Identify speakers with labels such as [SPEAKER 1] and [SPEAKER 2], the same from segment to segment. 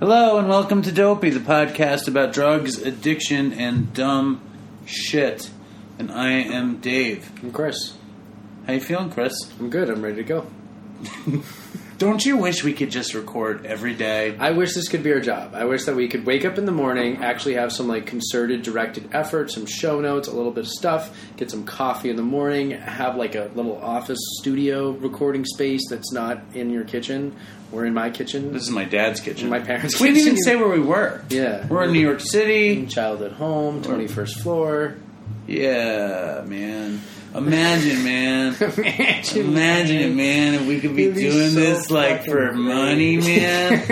[SPEAKER 1] Hello and welcome to Dopey, the podcast about drugs, addiction, and dumb shit. And I am Dave.
[SPEAKER 2] I'm Chris.
[SPEAKER 1] How you feeling, Chris?
[SPEAKER 2] I'm good. I'm ready to go.
[SPEAKER 1] Don't you wish we could just record every day?
[SPEAKER 2] I wish this could be our job. I wish that we could wake up in the morning, actually have some like concerted, directed effort, some show notes, a little bit of stuff, get some coffee in the morning, have like a little office studio recording space that's not in your kitchen or in my kitchen.
[SPEAKER 1] This is my dad's kitchen.
[SPEAKER 2] My parents'
[SPEAKER 1] We didn't even
[SPEAKER 2] kitchen.
[SPEAKER 1] say where we were.
[SPEAKER 2] Yeah.
[SPEAKER 1] We're in New York City.
[SPEAKER 2] Child at home, twenty first floor.
[SPEAKER 1] Yeah, man. Imagine, man.
[SPEAKER 2] Imagine,
[SPEAKER 1] Imagine it, man. If we could be
[SPEAKER 2] It'd be
[SPEAKER 1] doing
[SPEAKER 2] so
[SPEAKER 1] this like for
[SPEAKER 2] fucking
[SPEAKER 1] money,
[SPEAKER 2] great.
[SPEAKER 1] man.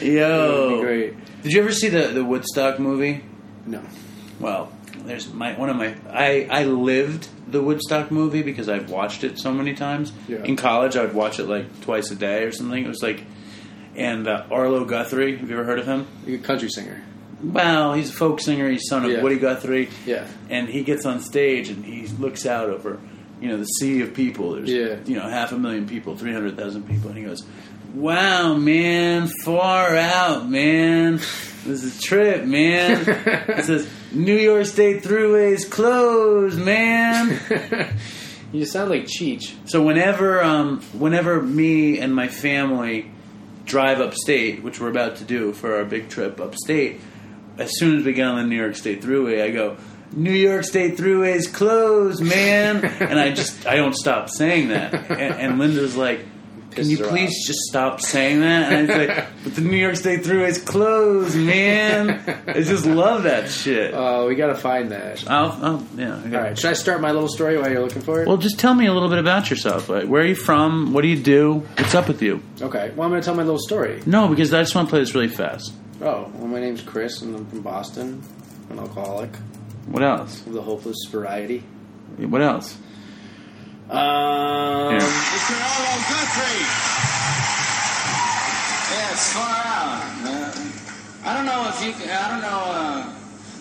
[SPEAKER 1] Oh. Yo.
[SPEAKER 2] That'd be great.
[SPEAKER 1] Did you ever see the the Woodstock movie?
[SPEAKER 2] No.
[SPEAKER 1] Well, there's my one of my I I lived the Woodstock movie because I've watched it so many times.
[SPEAKER 2] Yeah.
[SPEAKER 1] In college, I would watch it like twice a day or something. It was like, and uh, Arlo Guthrie. Have you ever heard of him?
[SPEAKER 2] You're a country singer.
[SPEAKER 1] Well, he's a folk singer. He's son of
[SPEAKER 2] Yeah.
[SPEAKER 1] Woody Guthrie.
[SPEAKER 2] Yeah.
[SPEAKER 1] And he gets on stage and he looks out over, you know, the sea of people. There's,
[SPEAKER 2] Yeah.
[SPEAKER 1] you know, half a million people, 300,000 people. And he goes, wow, man, far out, man. This is a trip, man. it says, New York State Thruway's closed, man.
[SPEAKER 2] You sound like Cheech.
[SPEAKER 1] So whenever, um, whenever me and my family drive upstate, which we're about to do for our big trip upstate, as soon as we get on the New York State Thruway, I go, "New York State Thruway's closed, man!" and I just, I don't stop saying that. And, and Linda's like, "Can
[SPEAKER 2] Pisses
[SPEAKER 1] you
[SPEAKER 2] her
[SPEAKER 1] please
[SPEAKER 2] off.
[SPEAKER 1] just stop saying that?" And I say, "But the New York State Thruway's closed, man." I just love that shit.
[SPEAKER 2] Oh, we gotta find that.
[SPEAKER 1] I'll, I'll, yeah. okay.
[SPEAKER 2] All right. Should I start my little story while you're looking for it?
[SPEAKER 1] Well, just tell me a little bit about yourself. Like, where are you from? What do you do? What's up with you?
[SPEAKER 2] Okay. Well, I'm going to tell my little story.
[SPEAKER 1] No, because I just want to play this really fast.
[SPEAKER 2] Oh, well, my name's Chris, and I'm from Boston. I'm an alcoholic
[SPEAKER 1] What else?
[SPEAKER 2] of the hopeless variety.
[SPEAKER 1] What else?
[SPEAKER 2] Um,
[SPEAKER 1] Yeah.
[SPEAKER 3] Mr. Arlo Guthrie. Yeah, it's far out. man. I don't know if you. can- I don't know, uh,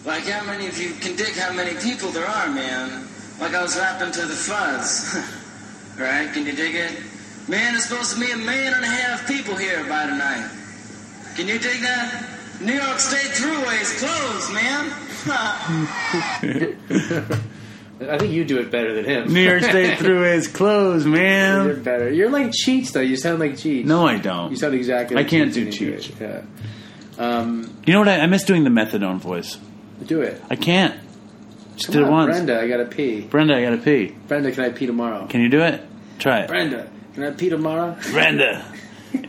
[SPEAKER 3] like how many of you can dig how many people there are, man. Like I was rapping to the fuzz, right? Can you dig it? Man, it's supposed to be a million and a half people here by tonight. Can you dig that? New York State Thruway is closed, man.
[SPEAKER 2] I think you do it better than him.
[SPEAKER 1] New York State Thruway is closed,
[SPEAKER 2] You're
[SPEAKER 1] man.
[SPEAKER 2] better. You're like Cheech, though. You sound like Cheech.
[SPEAKER 1] No, I
[SPEAKER 2] You
[SPEAKER 1] don't.
[SPEAKER 2] sound exactly.
[SPEAKER 1] I
[SPEAKER 2] like
[SPEAKER 1] can't
[SPEAKER 2] Cheech
[SPEAKER 1] do
[SPEAKER 2] when you
[SPEAKER 1] Cheech.
[SPEAKER 2] it. Yeah. Um,
[SPEAKER 1] You know what? I, I miss doing the methadone voice.
[SPEAKER 2] do it.
[SPEAKER 1] I can't. Just
[SPEAKER 2] Come
[SPEAKER 1] did it
[SPEAKER 2] on,
[SPEAKER 1] once.
[SPEAKER 2] Brenda. I gotta pee.
[SPEAKER 1] Brenda, I gotta pee.
[SPEAKER 2] Brenda, can I pee tomorrow?
[SPEAKER 1] Can you do it? Try it.
[SPEAKER 2] Brenda, can I pee tomorrow?
[SPEAKER 1] Brenda.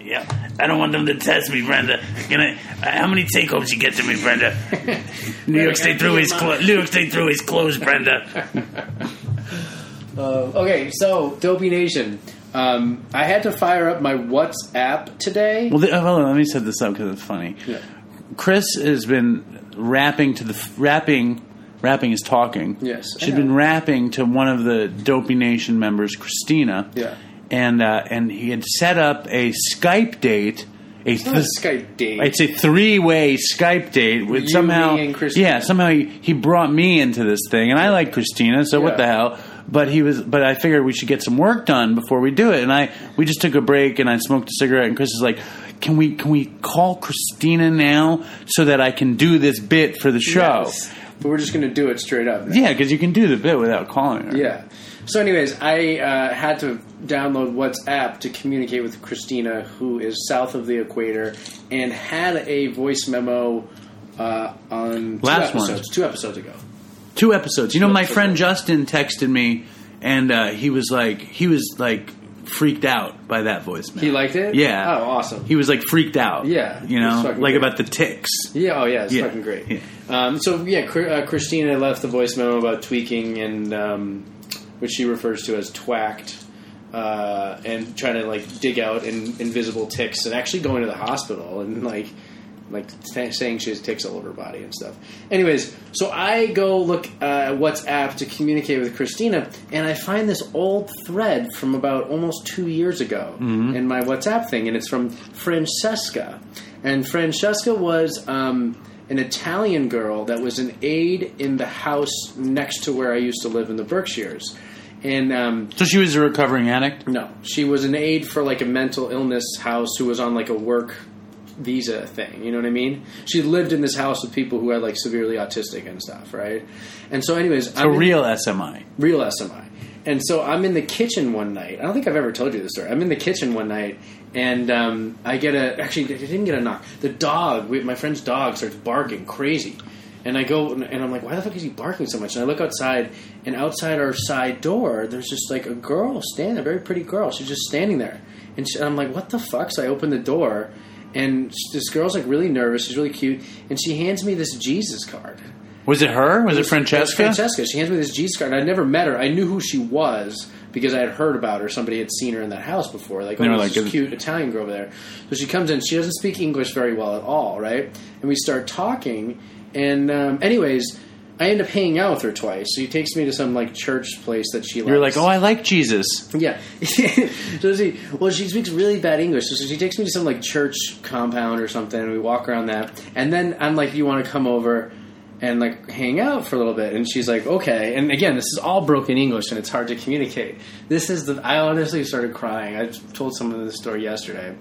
[SPEAKER 1] Yeah, I don't want them to test me, Brenda. Can I? uh, How many takeovers you get to me, Brenda? New York State Thruway's closed. New York State Thruway's closed, Brenda.
[SPEAKER 2] Uh, okay, so Dopey Nation. Um, I had to fire up my WhatsApp today.
[SPEAKER 1] Well, the, oh, hold on. Let me set this up because it's funny.
[SPEAKER 2] Yeah.
[SPEAKER 1] Chris has been rapping to the f- rapping. Rapping is talking.
[SPEAKER 2] Yes, I
[SPEAKER 1] she's been
[SPEAKER 2] know.
[SPEAKER 1] rapping to one of the Dopey Nation members, Christina.
[SPEAKER 2] Yeah.
[SPEAKER 1] and uh, and he had set up a Skype date. A
[SPEAKER 2] Not a Skype date.
[SPEAKER 1] It's a three-way Skype date with
[SPEAKER 2] You,
[SPEAKER 1] somehow,
[SPEAKER 2] me, and Christina.
[SPEAKER 1] yeah, somehow he, he brought me into this thing, and I like Christina, so what
[SPEAKER 2] Yeah.
[SPEAKER 1] the hell? But he was, but I figured we should get some work done before we do it, and I we just took a break, and I smoked a cigarette, and Chris is like, "Can we can we call Christina now so that I can do this bit for the show?"
[SPEAKER 2] Yes. But we're just going to do it straight up.
[SPEAKER 1] Yeah, because you can do the bit without calling her.
[SPEAKER 2] Yeah. So, anyways, I uh, had to download WhatsApp to communicate with Christina, who is south of the equator, and had a voice memo uh, on
[SPEAKER 1] Last
[SPEAKER 2] two
[SPEAKER 1] one.
[SPEAKER 2] episodes, two episodes ago.
[SPEAKER 1] two episodes. You know, my
[SPEAKER 2] episodes.
[SPEAKER 1] friend Justin texted me, and uh, he was like, he was like freaked out by that voicemail.
[SPEAKER 2] He liked it.
[SPEAKER 1] Yeah.
[SPEAKER 2] Oh, awesome.
[SPEAKER 1] He was like freaked out.
[SPEAKER 2] Yeah.
[SPEAKER 1] You
[SPEAKER 2] It's
[SPEAKER 1] know,
[SPEAKER 2] fucking
[SPEAKER 1] like
[SPEAKER 2] great.
[SPEAKER 1] about the ticks.
[SPEAKER 2] Yeah, oh yeah, it's
[SPEAKER 1] Yeah,
[SPEAKER 2] fucking great.
[SPEAKER 1] yeah.
[SPEAKER 2] Um, so yeah, Cr- uh, Christina left the voice memo about tweaking and um, which she refers to as twacked. Uh, and trying to like dig out in, invisible ticks and actually going to the hospital and like like t- saying she has ticks all over her body and stuff. Anyways, so I go look uh, at WhatsApp to communicate with Christina, and I find this old thread from about almost two years ago in my WhatsApp thing, and it's from Francesca, and Francesca was. Um, an Italian girl that was an aide in the house next to where I used to live in the Berkshires, and um,
[SPEAKER 1] So she was a recovering addict.
[SPEAKER 2] no, she was an aide for like a mental illness house who was on like a work visa thing. You know what I mean? She lived in this house with people who had like severely autistic and stuff, right? And so, anyways,
[SPEAKER 1] A real SMI.
[SPEAKER 2] real SMI. And so I'm in the kitchen one night. I don't think I've ever told you this story. I'm in the kitchen one night, and um, I get a actually I didn't get a knock. The dog, we, my friend's dog, starts barking crazy, and I go and and I'm like, why the fuck is he barking so much? And I look outside, and outside our side door, there's just like a girl standing, a very pretty girl. She's just standing there, and, she, and I'm like, what the fuck? So I open the door, and sh- this girl's like really nervous. She's really cute, and she hands me this Jesus card.
[SPEAKER 1] Was it her? Was it Francesca?
[SPEAKER 2] Francesca. She hands me this Jesus card. and I'd never met her. I knew who she was because I had heard about her. Somebody had seen her in that house before. Like, oh,
[SPEAKER 1] They were
[SPEAKER 2] this
[SPEAKER 1] like,
[SPEAKER 2] is a cute Italian girl over there. So she comes in. She doesn't speak English very well at all, right? And we start talking. And um, anyways, I end up hanging out with her twice. So she takes me to some like church place that she.
[SPEAKER 1] You're
[SPEAKER 2] likes.
[SPEAKER 1] like, oh, I like Jesus.
[SPEAKER 2] Yeah. so she, well, she speaks really bad English. So she takes me to some like church compound or something, and we walk around that. And then I'm like, "You want to come over and like hang out for a little bit?" And she's like, "Okay." And again, this is all broken English, and it's hard to communicate. This is the. I honestly started crying. I told someone this story yesterday.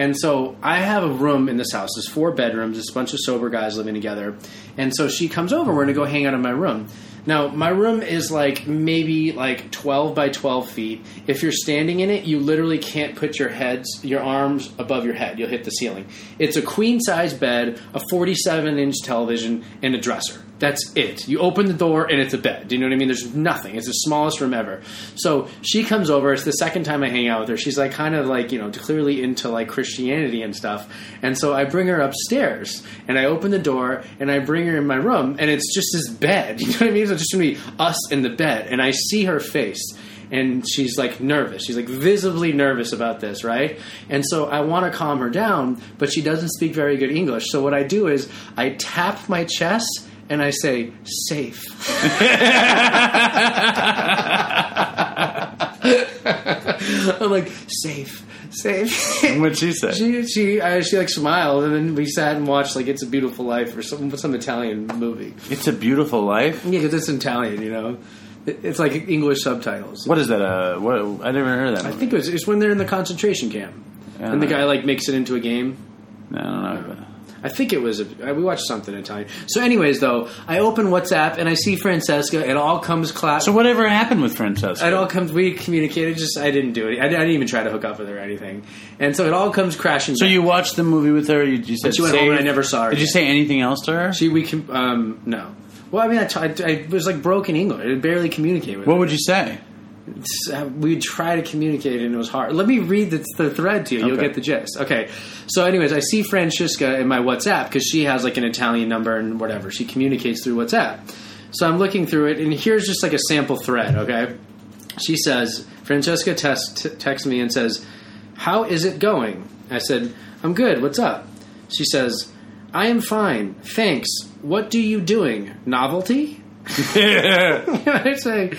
[SPEAKER 2] And so I have a room in this house. There's four bedrooms. It's a bunch of sober guys living together. And so she comes over. We're going to go hang out in my room. Now, my room is like maybe like 12 by 12 feet. If you're standing in it, you literally can't put your heads, your arms above your head. You'll hit the ceiling. It's a queen size bed, a 47 inch television, and a dresser. That's it. You open the door and it's a bed. Do you know what I mean? There's nothing. It's the smallest room ever. So she comes over. It's the second time I hang out with her. She's like kind of like, you know, clearly into like Christianity and stuff. And so I bring her upstairs and I open the door and I bring her in my room and it's just this bed. You know what I mean? So It's just going to be us in the bed. And I see her face and she's like nervous. She's like visibly nervous about this, right? And so I want to calm her down, but she doesn't speak very good English. So what I do is I tap my chest and I say, safe. I'm like, safe, safe.
[SPEAKER 1] What'd she say?
[SPEAKER 2] She she uh, she like smiled, and then we sat and watched like "It's a Beautiful Life" or some some Italian movie.
[SPEAKER 1] it's a beautiful life.
[SPEAKER 2] Yeah, because it's Italian, you know. It- It's like English subtitles.
[SPEAKER 1] What is that? Uh, what? I never heard of that.
[SPEAKER 2] I
[SPEAKER 1] Movie.
[SPEAKER 2] think it was it's when they're in the concentration camp,
[SPEAKER 1] Yeah.
[SPEAKER 2] and the guy like makes it into a game.
[SPEAKER 1] I don't know. But
[SPEAKER 2] I think it was. A, uh, we watched something Italian. So, anyways, though, I open WhatsApp and I see Francesca. It all comes class.
[SPEAKER 1] so whatever happened with Francesca?
[SPEAKER 2] it all comes. We communicated. Just I didn't do it. I, didn't- I didn't even try to hook up with her or anything. And so it all comes crashing.
[SPEAKER 1] So
[SPEAKER 2] back.
[SPEAKER 1] you watched the movie with her? You, you said
[SPEAKER 2] she went home
[SPEAKER 1] save-
[SPEAKER 2] and I never saw her
[SPEAKER 1] Did you
[SPEAKER 2] again.
[SPEAKER 1] say anything else to her?
[SPEAKER 2] She we can um no. Well, I mean, I tried. I was like broken English. I barely communicate with.
[SPEAKER 1] what would you say?
[SPEAKER 2] uh, we would try to communicate, and it was hard. Let me read the, the thread to you. You'll
[SPEAKER 1] Okay.
[SPEAKER 2] get the gist. Okay. So, anyways, I see Francesca in my WhatsApp because she has like an Italian number and whatever. She communicates through WhatsApp. So I'm looking through it, and here's just like a sample thread. Okay. She says, Francesca test, t- texts me and says, How is it going? I said, I'm good. What's up? She says, I am fine. Thanks. What do you doing? Novelty? I say,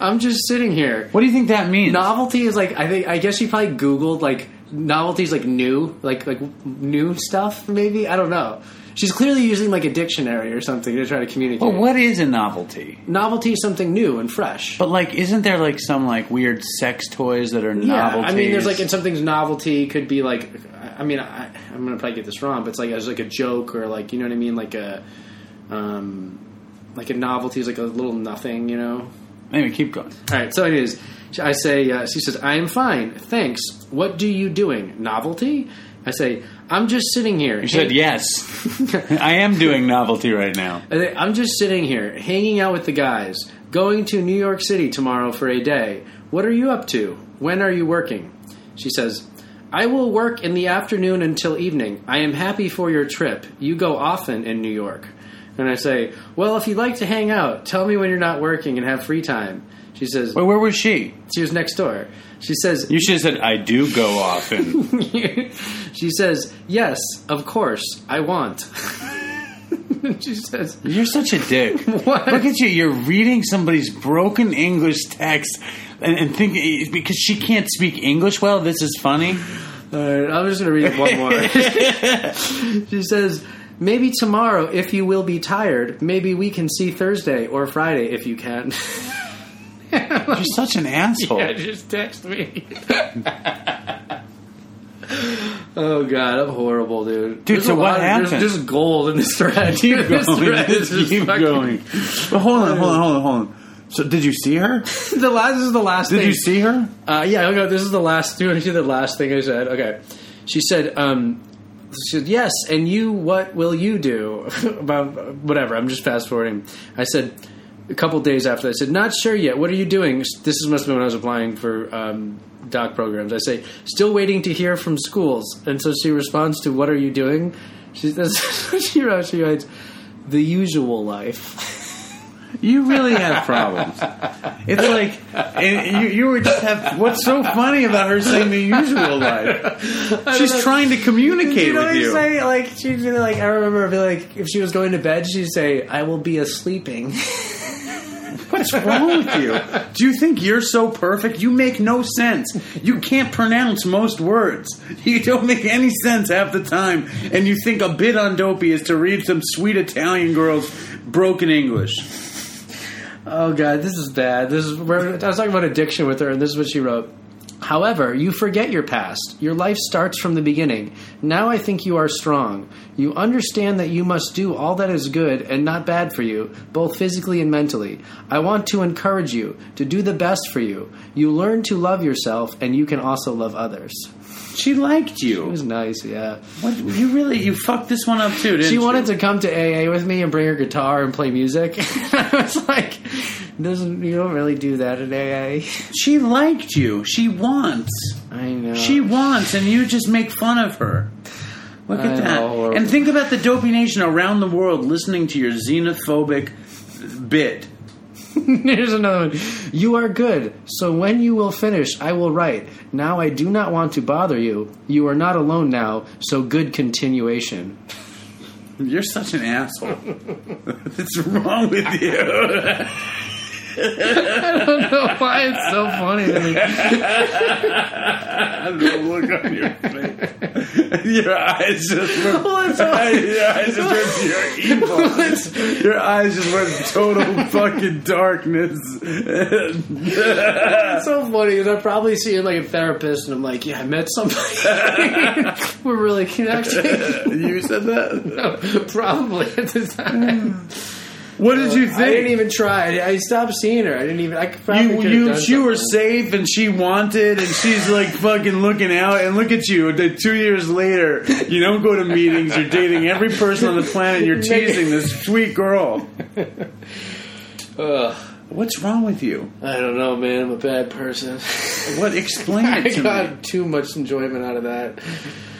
[SPEAKER 2] I'm just sitting here.
[SPEAKER 1] What do you think that means?
[SPEAKER 2] Novelty is like I think I guess she probably Googled like novelty is like new, like like new stuff. Maybe I don't know. She's clearly using like a dictionary or something to try to communicate.
[SPEAKER 1] Well, what Oh, is a novelty?
[SPEAKER 2] Novelty is something new and fresh.
[SPEAKER 1] But like, isn't there like some like weird sex toys that are
[SPEAKER 2] yeah,
[SPEAKER 1] novelties?
[SPEAKER 2] I mean, there's like and something's novelty could be like I mean I, I'm gonna probably get this wrong, but it's like it's like a joke or like you know what I mean, like a um like a novelty is like a little nothing, you know.
[SPEAKER 1] anyway, keep going.
[SPEAKER 2] All right, so it is. I say, uh, she says, I am fine, thanks. What do you doing? Novelty? I say, I'm just sitting here.
[SPEAKER 1] You said yes. I am doing novelty right now.
[SPEAKER 2] I'm just sitting here, hanging out with the guys, going to New York City tomorrow for a day. What are you up to? When are you working? She says, I will work in the afternoon until evening. I am happy for your trip. You go often in New York. And I say, Well, if you'd like to hang out, tell me when you're not working and have free time. She says,
[SPEAKER 1] Wait, where was she?
[SPEAKER 2] She was next door. She says,
[SPEAKER 1] You should have said, "I do go often."
[SPEAKER 2] she says, "Yes, of course, I want." she says,
[SPEAKER 1] You're such a dick.
[SPEAKER 2] What?
[SPEAKER 1] Look at you. You're reading somebody's broken English text and, and thinking because she can't speak English well. This is funny.
[SPEAKER 2] All right, "I'm just going to read one more." she says, "Maybe tomorrow, if you will be tired, maybe we can see Thursday or Friday if you can."
[SPEAKER 1] You're Oh. such an asshole.
[SPEAKER 2] just text me. Oh god, I'm horrible, dude.
[SPEAKER 1] Dude,
[SPEAKER 2] There's
[SPEAKER 1] so
[SPEAKER 2] a
[SPEAKER 1] what
[SPEAKER 2] lot of-
[SPEAKER 1] happened?
[SPEAKER 2] There's just gold in this thread. Keep this
[SPEAKER 1] going.
[SPEAKER 2] thread is just
[SPEAKER 1] keep
[SPEAKER 2] fucking-
[SPEAKER 1] going. But hold on, hold on, hold on, hold on. So did you see her?
[SPEAKER 2] The last this is the last.
[SPEAKER 1] Did
[SPEAKER 2] thing.
[SPEAKER 1] you see her?
[SPEAKER 2] Uh, yeah, okay, this is the last. Do you want to see the last thing I said? Okay, she said. Um, she said, "Yes, and you, what will you do about whatever?" I'm just fast forwarding. I said a couple days after. I said, "Not sure yet. What are you doing?" This is must have been when I was applying for um, doc programs. I say, "Still waiting to hear from schools." And so she responds to, "What are you doing?" She that's, she writes, she writes, "The usual life."
[SPEAKER 1] You really have problems. It's like and you, you were just have. What's so funny about her saying the usual life? She's trying to communicate
[SPEAKER 2] you know
[SPEAKER 1] with
[SPEAKER 2] what
[SPEAKER 1] you.
[SPEAKER 2] I'm saying? Like she'd be like, I remember be like, if she was going to bed, she'd say, "I will be sleeping."
[SPEAKER 1] What's wrong with you? Do you think you're so perfect? You make no sense. You can't pronounce most words. You don't make any sense half the time. And you think a bit on dopey is to read some sweet Italian girl's broken English.
[SPEAKER 2] oh god, this is bad. This is where I was talking about addiction with her, and this is what she wrote. However, you forget your past. Your life starts from the beginning. Now I think you are strong. You understand that you must do all that is good and not bad for you, both physically and mentally. I want to encourage you to do the best for you. You learn to love yourself, and you can also love others.
[SPEAKER 1] She liked
[SPEAKER 2] It
[SPEAKER 1] you.
[SPEAKER 2] was nice, yeah.
[SPEAKER 1] What, you really you fucked this one up too, didn't
[SPEAKER 2] she
[SPEAKER 1] you?
[SPEAKER 2] wanted to come to AA with me and bring her guitar and play music. I was like, doesn't you don't really do that in AA?
[SPEAKER 1] She liked you. She wants.
[SPEAKER 2] I know.
[SPEAKER 1] She wants, and you just make fun of her. Look
[SPEAKER 2] I
[SPEAKER 1] at that.
[SPEAKER 2] know.
[SPEAKER 1] And think about the dopey nation around the world listening to your xenophobic bit.
[SPEAKER 2] Here's another one. You are good. So when you will finish, I will write. Now I do not want to bother you. You are not alone now. So good continuation.
[SPEAKER 1] You're such an asshole. What's wrong with you?
[SPEAKER 2] I don't know why it's so funny to me.
[SPEAKER 1] I don't know, look on your face. Your eyes just were.
[SPEAKER 2] Well, it's all-
[SPEAKER 1] Your eyes just went. Your evil. Your eyes just went total fucking darkness.
[SPEAKER 2] It's so funny because I probably see it like a therapist, and I'm like, yeah, I met somebody. We're really connecting.
[SPEAKER 1] you said that.
[SPEAKER 2] probably at the time.
[SPEAKER 1] What did you think?
[SPEAKER 2] I didn't even try. I I stopped seeing her. I didn't even. I could probably
[SPEAKER 1] you,
[SPEAKER 2] could have
[SPEAKER 1] you,
[SPEAKER 2] done
[SPEAKER 1] she were
[SPEAKER 2] something.
[SPEAKER 1] safe and she wanted, and she's like fucking looking out. And look at you, the two years later, you don't go to meetings, you're dating every person on the planet, you're teasing this sweet girl.
[SPEAKER 2] Ugh.
[SPEAKER 1] What's wrong with you?
[SPEAKER 2] I don't know, man. I'm a bad person.
[SPEAKER 1] What? Explain
[SPEAKER 2] I
[SPEAKER 1] it to me.
[SPEAKER 2] got too much enjoyment out of that.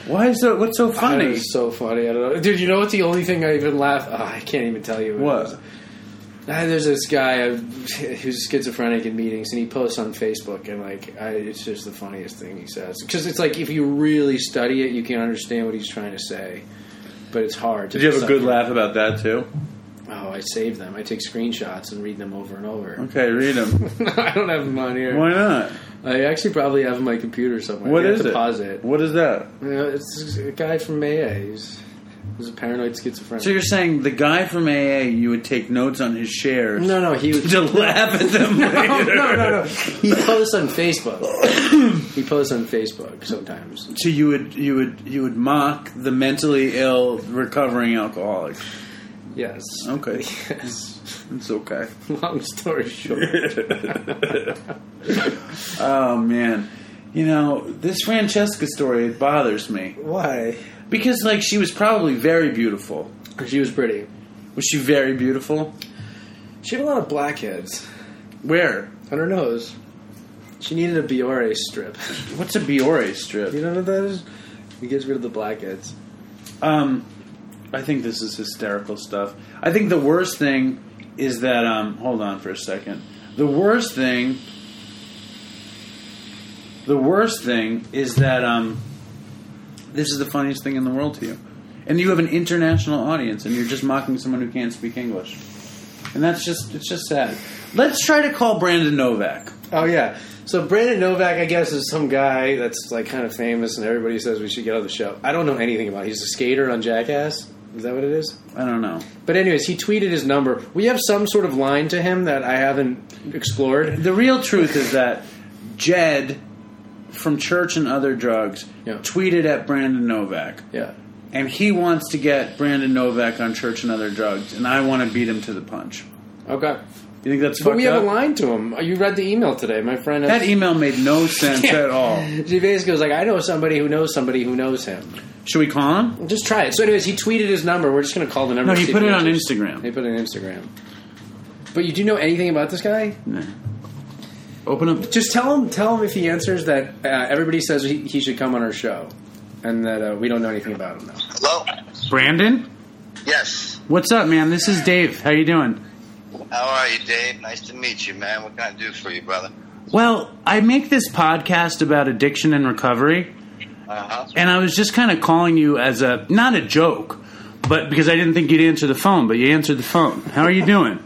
[SPEAKER 1] Why is that? What's so
[SPEAKER 2] It
[SPEAKER 1] funny?
[SPEAKER 2] was so funny. I don't know, dude. You know what's the only thing I even laugh? Oh, I can't even tell you it was.
[SPEAKER 1] What?
[SPEAKER 2] Ah, there's this guy uh, who's schizophrenic in meetings, and he posts on Facebook, and like, I, it's just the funniest thing he says because it's like if you really study it, you can understand what he's trying to say, but it's hard. To
[SPEAKER 1] Did you have a good
[SPEAKER 2] decipher.
[SPEAKER 1] laugh about that too?
[SPEAKER 2] Oh, I save them. I take screenshots and read them over and over.
[SPEAKER 1] Okay, read them.
[SPEAKER 2] I don't have them on here.
[SPEAKER 1] Why not?
[SPEAKER 2] I actually probably have them on my computer somewhere.
[SPEAKER 1] What
[SPEAKER 2] You have
[SPEAKER 1] is
[SPEAKER 2] to
[SPEAKER 1] it?
[SPEAKER 2] Pause it.
[SPEAKER 1] What is that?
[SPEAKER 2] You know, it's a guy from AA. He's, he's a paranoid schizophrenic.
[SPEAKER 1] So you're saying the guy from AA, you would take notes on his shares
[SPEAKER 2] no, no, he was.
[SPEAKER 1] to laugh at them
[SPEAKER 2] No,
[SPEAKER 1] later?
[SPEAKER 2] no, no, no. He posts on Facebook. he posts on Facebook sometimes.
[SPEAKER 1] So you would you would you would mock the mentally ill recovering alcoholic.
[SPEAKER 2] Yes.
[SPEAKER 1] Okay,
[SPEAKER 2] Yes.
[SPEAKER 1] it's okay.
[SPEAKER 2] Long story short.
[SPEAKER 1] Oh man, you know this Francesca story it bothers me
[SPEAKER 2] Why?
[SPEAKER 1] because like she was probably very beautiful.
[SPEAKER 2] She was pretty.
[SPEAKER 1] Was she very beautiful?
[SPEAKER 2] She had a lot of blackheads
[SPEAKER 1] Where?
[SPEAKER 2] on her nose. She needed a Biore strip.
[SPEAKER 1] What's a Biore
[SPEAKER 2] You
[SPEAKER 1] strip?
[SPEAKER 2] know what that is? It gets rid of the blackheads.
[SPEAKER 1] Um, I think this is hysterical stuff. I think the worst thing is that um, hold on for a second. The worst thing. The worst thing is that um, this is the funniest thing in the world to you, and you have an international audience, and you're just mocking someone who can't speak English, and that's just it's just sad. Let's try to call Brandon Novak.
[SPEAKER 2] Oh yeah. So Brandon Novak, I guess, is some guy that's like kind of famous, and everybody says we should get on the show. I don't know anything about. It. He's a skater on Jackass. Is that what it is?
[SPEAKER 1] I don't know.
[SPEAKER 2] But anyways, he tweeted his number. We have some sort of line to him that I haven't explored.
[SPEAKER 1] The real truth is that Jed from church and other drugs
[SPEAKER 2] Yeah.
[SPEAKER 1] tweeted at Brandon Novak.
[SPEAKER 2] Yeah.
[SPEAKER 1] And he wants to get Brandon Novak on church and other drugs, and I want to beat him to the punch.
[SPEAKER 2] Okay.
[SPEAKER 1] You think that's
[SPEAKER 2] But
[SPEAKER 1] fucked
[SPEAKER 2] we have
[SPEAKER 1] up?
[SPEAKER 2] a line to him. You read the email today, my friend.
[SPEAKER 1] That email made no sense at all.
[SPEAKER 2] Gervais goes like, I know somebody who knows somebody who knows him.
[SPEAKER 1] Should we call him?
[SPEAKER 2] Just try it. So, anyways, he tweeted his number. We're just going to call the number.
[SPEAKER 1] No,
[SPEAKER 2] and
[SPEAKER 1] he
[SPEAKER 2] see
[SPEAKER 1] put
[SPEAKER 2] if
[SPEAKER 1] it on
[SPEAKER 2] answers.
[SPEAKER 1] Instagram.
[SPEAKER 2] He put it on Instagram. But you do know anything about this guy?
[SPEAKER 1] Nah. Open up.
[SPEAKER 2] Just tell him. Tell him if he answers that uh, everybody says he, he should come on our show, and that uh, we don't know anything about him now.
[SPEAKER 4] Hello?
[SPEAKER 1] Brandon,
[SPEAKER 4] Yes.
[SPEAKER 1] what's up, man? This is Dave. How you doing?
[SPEAKER 4] How are you, Dave? Nice to meet you, man. What can I do for you, brother?
[SPEAKER 1] Well, I make this podcast about addiction and recovery,
[SPEAKER 4] Uh huh.
[SPEAKER 1] and I was just kind of calling you as a not a joke, but because I didn't think you'd answer the phone, but you answered the phone. How are you doing?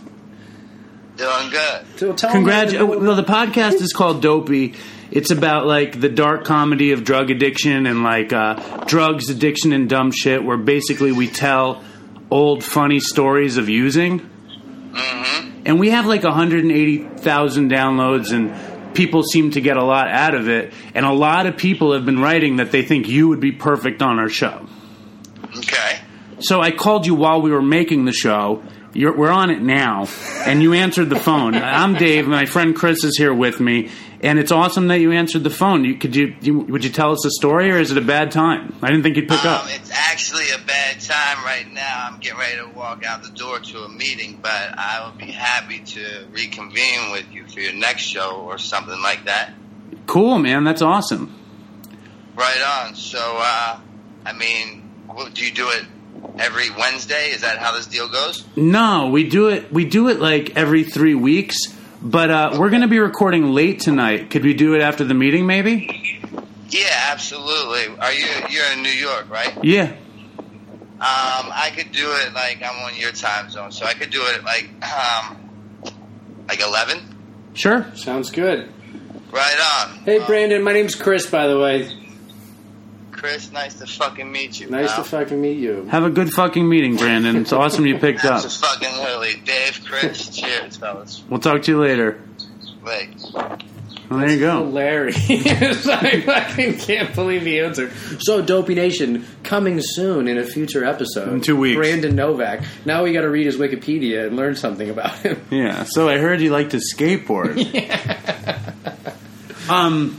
[SPEAKER 4] Doing good.
[SPEAKER 2] So tell
[SPEAKER 1] Congrats.
[SPEAKER 2] him. that-
[SPEAKER 1] Well, the podcast is called Dopey. It's about like the dark comedy of drug addiction and like uh, drugs, addiction, and dumb shit. Where basically we tell old funny stories of using, and we have like 180,000 downloads, and people seem to get a lot out of it. And a lot of people have been writing that they think you would be perfect on our show.
[SPEAKER 4] Okay.
[SPEAKER 1] So I called you while we were making the show. You're, we're on it now, and you answered the phone. I'm Dave. My friend Chris is here with me, and it's awesome that you answered the phone. You, could you, you would you tell us a story, or is it a bad time? I didn't think you'd pick
[SPEAKER 4] Um,
[SPEAKER 1] up.
[SPEAKER 4] it's actually a bad time right now. I'm getting ready to walk out the door to a meeting, but I will be happy to reconvene with you for your next show or something like that.
[SPEAKER 1] Cool, man. That's awesome.
[SPEAKER 4] Right on. So, uh, I mean, what, do you do it every Wednesday? Is that how this deal goes?
[SPEAKER 1] No, we do it. We do it like every three weeks, but uh, we're going to be recording late tonight. Could we do it after the meeting, maybe?
[SPEAKER 4] Yeah, absolutely. Are you? You're in New York, right?
[SPEAKER 1] Yeah.
[SPEAKER 4] Um, I could do it like I'm on your time zone, so I could do it like um, like eleven.
[SPEAKER 1] Sure.
[SPEAKER 2] Sounds good.
[SPEAKER 4] Right on.
[SPEAKER 2] Hey,
[SPEAKER 4] Um,
[SPEAKER 2] Brandon. My name's Chris, by the way.
[SPEAKER 4] Chris, nice to fucking meet you.
[SPEAKER 2] Nice
[SPEAKER 4] pal.
[SPEAKER 2] to fucking meet you.
[SPEAKER 1] Have a good fucking meeting, Brandon. It's awesome you picked up.
[SPEAKER 4] That's a fucking Lily. Dave, Chris, cheers, fellas.
[SPEAKER 1] We'll talk to you later.
[SPEAKER 4] Like,
[SPEAKER 1] Well, there you go.
[SPEAKER 2] Hilarious. I fucking can't believe he answered. So, Dopey Nation, coming soon in a future episode.
[SPEAKER 1] In two weeks.
[SPEAKER 2] Brandon Novak. Now we got to read his Wikipedia and learn something about him.
[SPEAKER 1] Yeah. So I heard you like to skateboard. um,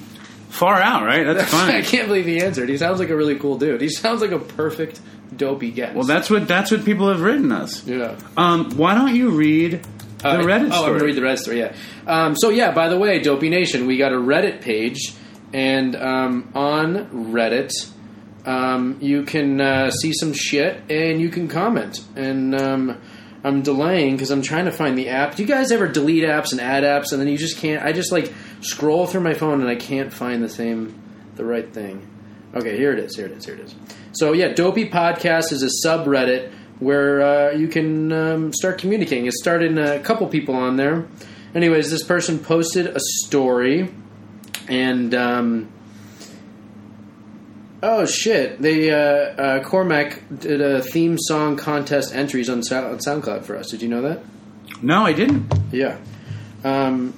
[SPEAKER 1] far out, right? That's
[SPEAKER 2] I
[SPEAKER 1] fun.
[SPEAKER 2] can't believe he answered. He sounds like a really cool dude. He sounds like a perfect dopey guest.
[SPEAKER 1] Well, that's what that's what people have written us.
[SPEAKER 2] yeah.
[SPEAKER 1] Um, why don't you read the
[SPEAKER 2] Uh,
[SPEAKER 1] Reddit
[SPEAKER 2] Oh, I'm
[SPEAKER 1] story?
[SPEAKER 2] gonna read the Reddit story. Yeah. Um, so yeah, by the way, Dopey Nation, we got a Reddit page, and um, on Reddit, um, you can uh, see some shit and you can comment. And um, I'm delaying because I'm trying to find the app. Do you guys ever delete apps and add apps, and then you just can't? I just like scroll through my phone and I can't find the same, the right thing. Okay, here it is. Here it is. Here it is. So yeah, Dopey Podcast is a subreddit where uh, you can um, start communicating. It started uh, a couple people on there. Anyways, this person posted a story, and um, oh shit, they uh, uh, Cormac did a theme song contest entries on, Sou- on SoundCloud for us. Did you know that?
[SPEAKER 1] no, I didn't.
[SPEAKER 2] Yeah. Um,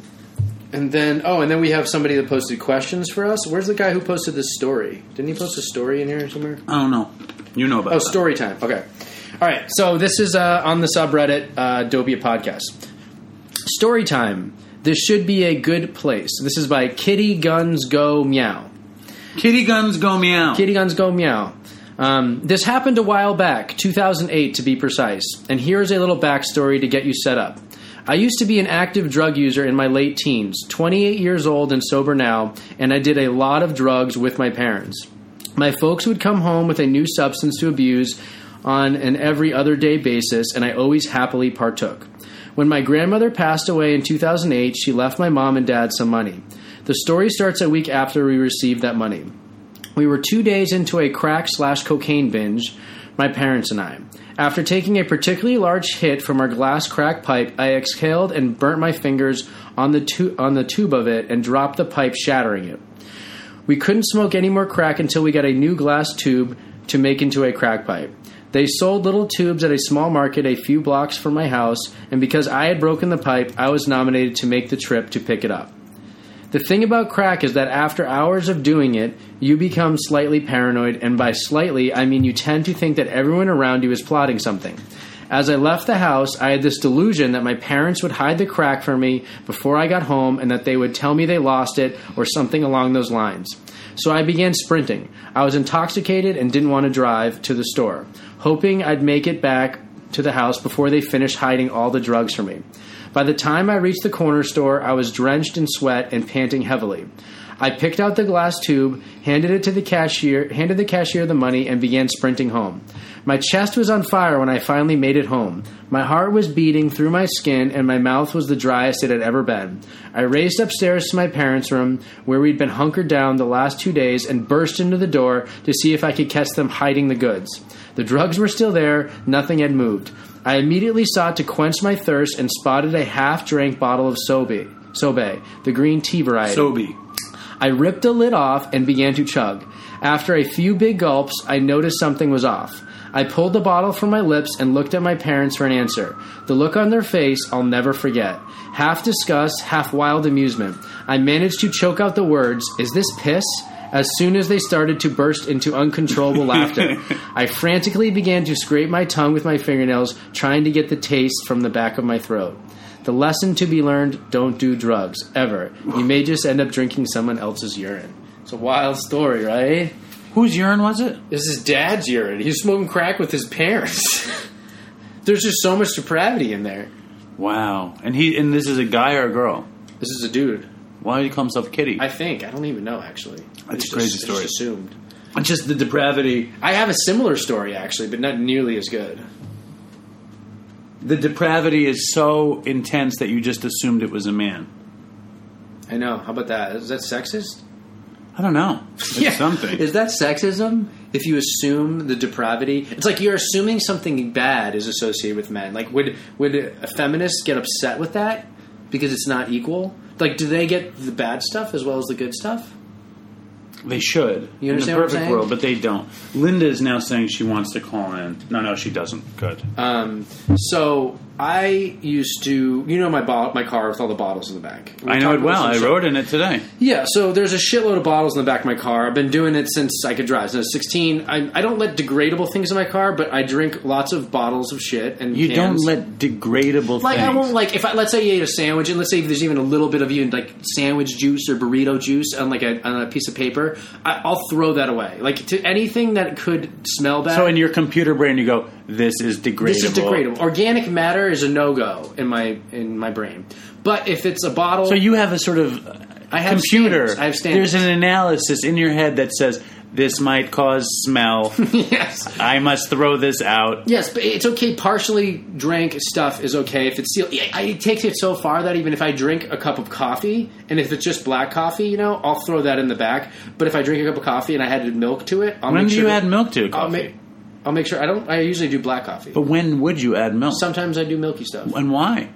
[SPEAKER 2] and then oh, and then we have somebody that posted questions for us. Where's the guy who posted this story? Didn't he post a story in here somewhere?
[SPEAKER 1] I don't know. Oh, You know about
[SPEAKER 2] Oh,
[SPEAKER 1] that.
[SPEAKER 2] story time. Okay. All right. So this is uh, on the subreddit uh, Dobia Podcast. Story time. This should be a good place. This is by Kitty Guns Go Meow.
[SPEAKER 1] Kitty guns go meow.
[SPEAKER 2] Kitty Guns Go Meow. Um, this happened a while back, 2008 to be precise, and here is a little backstory to get you set up. I used to be an active drug user in my late teens, 28 years old and sober now, and I did a lot of drugs with my parents. My folks would come home with a new substance to abuse on an every other day basis, and I always happily partook. When my grandmother passed away in 2008, she left my mom and dad some money. The story starts a week after we received that money. We were two days into a crack slash cocaine binge, my parents and I. After taking a particularly large hit from our glass crack pipe, I exhaled and burnt my fingers on the, tu- on the tube of it and dropped the pipe, shattering it. We couldn't smoke any more crack until we got a new glass tube to make into a crack pipe. They sold little tubes at a small market a few blocks from my house, and because I had broken the pipe, I was nominated to make the trip to pick it up. The thing about crack is that after hours of doing it, you become slightly paranoid, and by slightly, I mean you tend to think that everyone around you is plotting something. As I left the house, I had this delusion that my parents would hide the crack from me before I got home and that they would tell me they lost it or something along those lines. So I began sprinting. I was intoxicated and didn't want to drive to the store, hoping I'd make it back to the house before they finished hiding all the drugs from me. By the time I reached the corner store, I was drenched in sweat and panting heavily. I picked out the glass tube, handed it to the cashier, handed the cashier the money, and began sprinting home. My chest was on fire when I finally made it home. My heart was beating through my skin, and my mouth was the driest it had ever been. I raced upstairs to my parents' room, where we'd been hunkered down the last two days, and burst into the door to see if I could catch them hiding the goods. The drugs were still there, nothing had moved. I immediately sought to quench my thirst and spotted a half drank bottle of Sobe, Sobe, the green tea variety.
[SPEAKER 1] Sobe.
[SPEAKER 2] I ripped the lid off and began to chug. After a few big gulps, I noticed something was off. I pulled the bottle from my lips and looked at my parents for an answer. The look on their face I'll never forget. Half disgust, half wild amusement. I managed to choke out the words, Is this piss? as soon as they started to burst into uncontrollable laughter. I frantically began to scrape my tongue with my fingernails, trying to get the taste from the back of my throat. The lesson to be learned don't do drugs, ever. You may just end up drinking someone else's urine. It's a wild story, right?
[SPEAKER 1] Whose urine was it?
[SPEAKER 2] This is dad's urine. He's smoking crack with his parents. There's just so much depravity in there.
[SPEAKER 1] Wow. And he and this is a guy or a girl.
[SPEAKER 2] This is a dude.
[SPEAKER 1] Why do you call himself Kitty?
[SPEAKER 2] I think. I don't even know, actually.
[SPEAKER 1] That's
[SPEAKER 2] It's
[SPEAKER 1] a crazy
[SPEAKER 2] just- it's
[SPEAKER 1] story.
[SPEAKER 2] assumed.
[SPEAKER 1] it's just the depravity,
[SPEAKER 2] I have a similar story, actually, but not nearly as good.
[SPEAKER 1] the depravity is so intense that you just assumed it was a man.
[SPEAKER 2] I know. How about that? Is that sexist?
[SPEAKER 1] I don't know. It's something.
[SPEAKER 2] Is that sexism? If you assume the depravity, it's like you're assuming something bad is associated with men. Like, would would a feminist get upset with that because it's not equal? Like, do they get the bad stuff as well as the good stuff?
[SPEAKER 1] They should.
[SPEAKER 2] You
[SPEAKER 1] in the
[SPEAKER 2] understand what I'm
[SPEAKER 1] perfect
[SPEAKER 2] saying?
[SPEAKER 1] world, but they don't. Linda is now saying she wants to call in. No, no, she doesn't. Good.
[SPEAKER 2] Um, so I used to, you know, my bo- my car with all the bottles in the back. We
[SPEAKER 1] I know
[SPEAKER 2] talked
[SPEAKER 1] it
[SPEAKER 2] about
[SPEAKER 1] well.
[SPEAKER 2] this
[SPEAKER 1] I
[SPEAKER 2] on the show.
[SPEAKER 1] rode in it today.
[SPEAKER 2] Yeah, so there's a shitload of bottles in the back of my car. I've been doing it since I could drive. Since I was 16, I, I don't let degradable things in my car, but I drink lots of bottles of shit and
[SPEAKER 1] You don't
[SPEAKER 2] cans.
[SPEAKER 1] let degradable
[SPEAKER 2] Like
[SPEAKER 1] things.
[SPEAKER 2] I won't like if I, let's say you ate a sandwich and let's say there's even a little bit of even like sandwich juice or burrito juice on like a, on a piece of paper, I, I'll throw that away. Like to anything that could smell bad.
[SPEAKER 1] So in your computer brain, you go, "This is degradable."
[SPEAKER 2] this is degradable. Organic matter is a no go in my in my brain. But if it's a bottle,
[SPEAKER 1] So you have a sort of uh,
[SPEAKER 2] I have
[SPEAKER 1] computer.
[SPEAKER 2] standards. I have standards.
[SPEAKER 1] There's an analysis in your head that says this might cause smell.
[SPEAKER 2] yes.
[SPEAKER 1] I must throw this out.
[SPEAKER 2] Yes, but it's okay. Partially drank stuff is okay if it's sealed. I- It takes it so far that even if I drink a cup of coffee, and if it's just black coffee, you know, I'll throw that in the back. But if I drink a cup of coffee and I added milk to it, I'll
[SPEAKER 1] When
[SPEAKER 2] make
[SPEAKER 1] do
[SPEAKER 2] sure
[SPEAKER 1] you
[SPEAKER 2] to-
[SPEAKER 1] add milk to
[SPEAKER 2] I'll
[SPEAKER 1] coffee?
[SPEAKER 2] make, I'll make sure. I don't. I usually do black coffee.
[SPEAKER 1] but when would you add milk?
[SPEAKER 2] Sometimes I do milky stuff.
[SPEAKER 1] and why?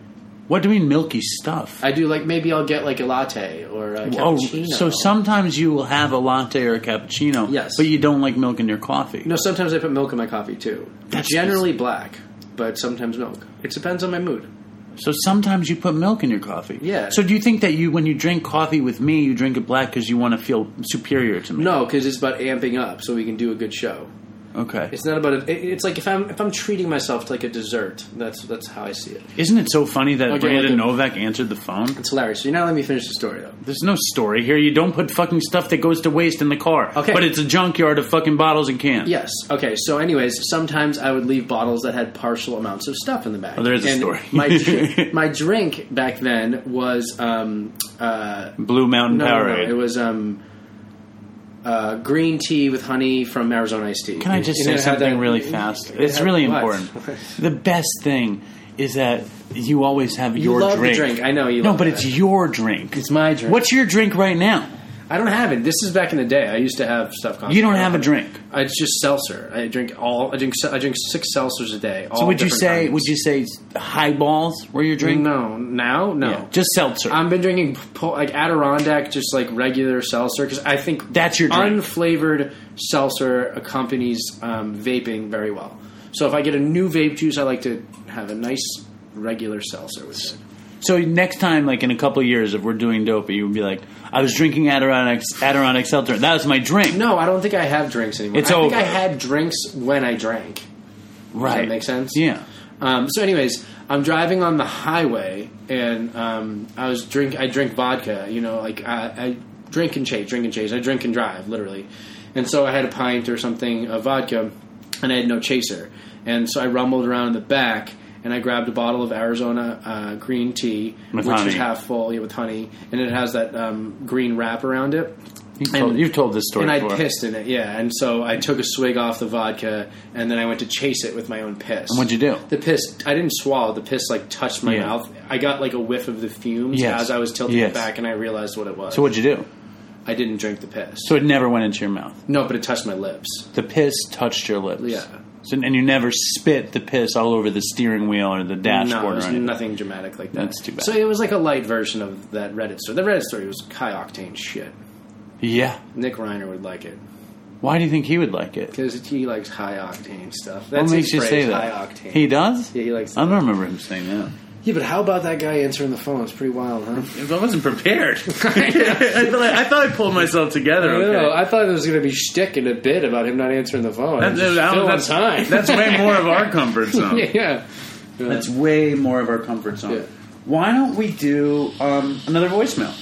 [SPEAKER 1] What do you mean milky stuff?
[SPEAKER 2] I do like maybe I'll get like a latte or a
[SPEAKER 1] oh,
[SPEAKER 2] cappuccino.
[SPEAKER 1] so sometimes you will have a latte or a cappuccino.
[SPEAKER 2] Yes.
[SPEAKER 1] but you don't like milk in your coffee.
[SPEAKER 2] no, sometimes I put milk in my coffee too.
[SPEAKER 1] That's-
[SPEAKER 2] Generally black, but sometimes milk. It depends on my mood.
[SPEAKER 1] So sometimes you put milk in your coffee.
[SPEAKER 2] Yeah.
[SPEAKER 1] So do you think that you, when you drink coffee with me, you drink it black because you want to feel superior to me?
[SPEAKER 2] No, because it's about amping up so we can do a good show.
[SPEAKER 1] Okay.
[SPEAKER 2] It's not about it. it- It's like if I'm if I'm treating myself to like a dessert. That's that's how I see it.
[SPEAKER 1] Isn't it so funny that
[SPEAKER 2] Okay,
[SPEAKER 1] Brandon
[SPEAKER 2] okay.
[SPEAKER 1] Novak answered the phone?
[SPEAKER 2] It's hilarious. So you're not letting me finish the story though.
[SPEAKER 1] There's no story here. You don't put fucking stuff that goes to waste in the car.
[SPEAKER 2] Okay.
[SPEAKER 1] But it's a junkyard of fucking bottles and cans.
[SPEAKER 2] Yes. Okay. So, anyways, sometimes I would leave bottles that had partial amounts of stuff in the back.
[SPEAKER 1] Oh, there is a
[SPEAKER 2] And
[SPEAKER 1] story.
[SPEAKER 2] my dr- my drink back then was um uh
[SPEAKER 1] Blue Mountain
[SPEAKER 2] no, no, no,
[SPEAKER 1] Powerade.
[SPEAKER 2] it was um. Uh, green tea with honey from Arizona iced tea.
[SPEAKER 1] Can I just
[SPEAKER 2] And
[SPEAKER 1] say
[SPEAKER 2] it had
[SPEAKER 1] something
[SPEAKER 2] that-
[SPEAKER 1] really fast?
[SPEAKER 2] it
[SPEAKER 1] It's
[SPEAKER 2] had-
[SPEAKER 1] really
[SPEAKER 2] what?
[SPEAKER 1] important. the best thing is that you always have
[SPEAKER 2] You
[SPEAKER 1] your
[SPEAKER 2] love the
[SPEAKER 1] drink.
[SPEAKER 2] drink. I know you
[SPEAKER 1] No,
[SPEAKER 2] love
[SPEAKER 1] but
[SPEAKER 2] that.
[SPEAKER 1] it's your drink.
[SPEAKER 2] It's my drink.
[SPEAKER 1] What's your drink right now?
[SPEAKER 2] I don't have it. This is back in the day. I used to have stuff.
[SPEAKER 1] You don't have a
[SPEAKER 2] constantly.
[SPEAKER 1] drink.
[SPEAKER 2] I- It's just seltzer. I drink all. I drink. I drink six seltzers a day.
[SPEAKER 1] So would you say would you say highballs were your drink?
[SPEAKER 2] No, now no.
[SPEAKER 1] Yeah, just seltzer.
[SPEAKER 2] I've been drinking po- like Adirondack, just like regular seltzer, because I think
[SPEAKER 1] That's your drink.
[SPEAKER 2] unflavored seltzer accompanies um, vaping very well. So if I get a new vape juice, I like to have a nice regular seltzer with it.
[SPEAKER 1] So next time, like in a couple years, if we're doing dopey, you would be like, I was drinking Adirondack Adirondack Seltzer. That was my drink.
[SPEAKER 2] No, I don't think I have drinks anymore.
[SPEAKER 1] It's
[SPEAKER 2] I think
[SPEAKER 1] over.
[SPEAKER 2] I had drinks when I drank.
[SPEAKER 1] right?
[SPEAKER 2] that make sense?
[SPEAKER 1] Yeah.
[SPEAKER 2] Um, so, anyways, I'm driving on the highway, and um, I was drink. I drink vodka. You know, like I, I drink and chase, drink and chase. I drink and drive, literally. And so I had a pint or something of vodka, and I had no chaser. And so I rumbled around in the back, and I grabbed a bottle of Arizona uh, green tea,
[SPEAKER 1] With
[SPEAKER 2] which is
[SPEAKER 1] honey.
[SPEAKER 2] half full, yeah, with honey, and it has that um, green wrap around it.
[SPEAKER 1] You told,
[SPEAKER 2] And-
[SPEAKER 1] you've told this story
[SPEAKER 2] And I
[SPEAKER 1] before.
[SPEAKER 2] pissed in it, yeah. And so I took a swig off the vodka, and then I went to chase it with my own piss.
[SPEAKER 1] And what'd you do?
[SPEAKER 2] The piss. I didn't swallow. The piss like touched my
[SPEAKER 1] Yeah.
[SPEAKER 2] mouth. I got like a whiff of the fumes
[SPEAKER 1] Yes.
[SPEAKER 2] as I was tilting
[SPEAKER 1] Yes.
[SPEAKER 2] it back, and I realized what it was.
[SPEAKER 1] So what'd you do?
[SPEAKER 2] I didn't drink the piss.
[SPEAKER 1] So it never went into your mouth.
[SPEAKER 2] no, but it touched my lips.
[SPEAKER 1] The piss touched your lips.
[SPEAKER 2] Yeah.
[SPEAKER 1] So, and you never spit the piss all over the steering wheel or the
[SPEAKER 2] no,
[SPEAKER 1] dashboard
[SPEAKER 2] it
[SPEAKER 1] or
[SPEAKER 2] was
[SPEAKER 1] anything.
[SPEAKER 2] nothing dramatic like that.
[SPEAKER 1] That's too bad.
[SPEAKER 2] So it was like a light version of that Reddit story. The Reddit story was high octane shit.
[SPEAKER 1] Yeah.
[SPEAKER 2] Nick Reiner would like it
[SPEAKER 1] Why do you think he would like it?
[SPEAKER 2] because he likes high octane stuff.
[SPEAKER 1] What
[SPEAKER 2] That's
[SPEAKER 1] makes
[SPEAKER 2] his
[SPEAKER 1] you
[SPEAKER 2] phrase,
[SPEAKER 1] say
[SPEAKER 2] High
[SPEAKER 1] that?
[SPEAKER 2] octane.
[SPEAKER 1] He does.
[SPEAKER 2] yeah, he likes.
[SPEAKER 1] I don't remember him saying that.
[SPEAKER 2] Yeah, but how about that guy answering the phone? It's pretty wild, huh?
[SPEAKER 1] I wasn't prepared. I, thought I, I thought I pulled myself together.
[SPEAKER 2] I don't
[SPEAKER 1] Okay.
[SPEAKER 2] know. I thought it was going to be shtick and a bit about him not answering the phone.
[SPEAKER 1] That-
[SPEAKER 2] That's, just
[SPEAKER 1] that-
[SPEAKER 2] fill
[SPEAKER 1] that's,
[SPEAKER 2] time.
[SPEAKER 1] that's way more of our comfort zone.
[SPEAKER 2] yeah, yeah.
[SPEAKER 1] That's way more of our comfort zone.
[SPEAKER 2] Yeah.
[SPEAKER 1] Why don't we do um, another voicemail?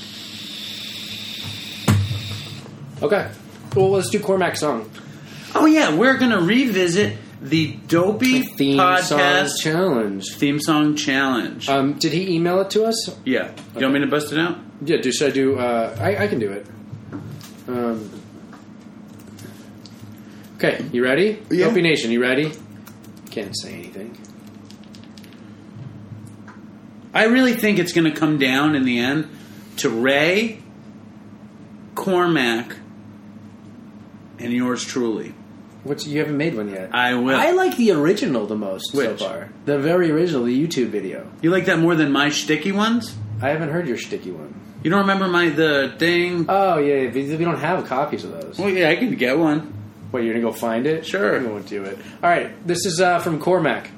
[SPEAKER 2] Okay. Well, let's do Cormac's song.
[SPEAKER 1] Oh yeah, we're gonna revisit the Dopey
[SPEAKER 2] Theme
[SPEAKER 1] Podcast
[SPEAKER 2] song challenge.
[SPEAKER 1] theme song challenge.
[SPEAKER 2] Um, did he email it to us?
[SPEAKER 1] yeah, you want me to bust it out?
[SPEAKER 2] Yeah. Do should I do? Uh, I, I can do it. Um, okay. You ready?
[SPEAKER 1] Yeah.
[SPEAKER 2] Dopey Nation, you ready? Can't say anything.
[SPEAKER 1] I really think it's going to come down in the end to Ray, Cormac, and yours truly.
[SPEAKER 2] What's you haven't made one yet?
[SPEAKER 1] I will.
[SPEAKER 2] I like the original the most
[SPEAKER 1] Which?
[SPEAKER 2] so far. The very original, the YouTube video.
[SPEAKER 1] you like that more than my shticky ones?
[SPEAKER 2] I haven't heard your sticky one.
[SPEAKER 1] You don't remember my the thing?
[SPEAKER 2] Oh yeah, yeah, we we don't have copies of those.
[SPEAKER 1] well, yeah, I could get one.
[SPEAKER 2] What you're gonna go find it?
[SPEAKER 1] Sure.
[SPEAKER 2] I'm going to do it. All right, this is uh, from Cormac.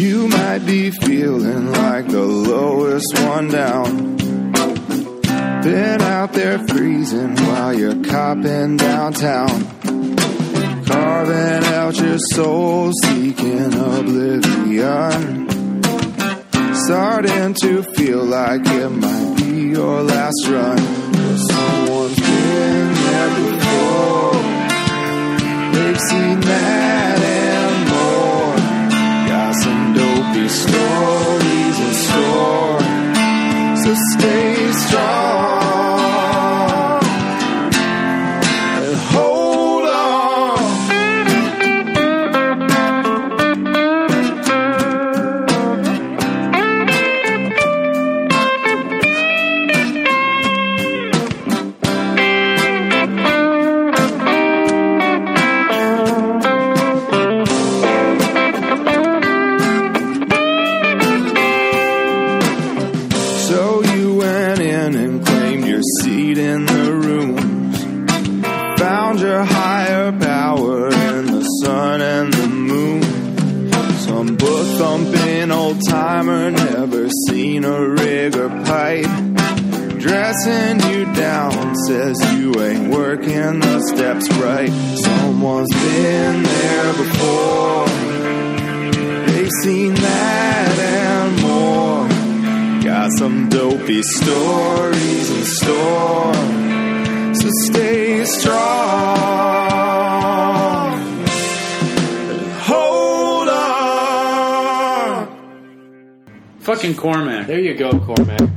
[SPEAKER 5] You might be feeling like the lowest one down. Been out there freezing while you're copping downtown. Carving out your soul, seeking oblivion. Starting to feel like it might be your last run. But someone's been there before. They've seen that and more. Got some dopey stories in store. So stay strong and hold on. So you went in and claimed your seat in the room. Found your higher power in the sun and the moon. Some book thumping old timer, never seen a rig or pipe. Dressing you down says you ain't working the steps right. Someone's been there before. They've seen that and more. Got some dopey stories in store. So stay strong. And hold on.
[SPEAKER 1] Fucking Cormac.
[SPEAKER 2] There you go, Cormac.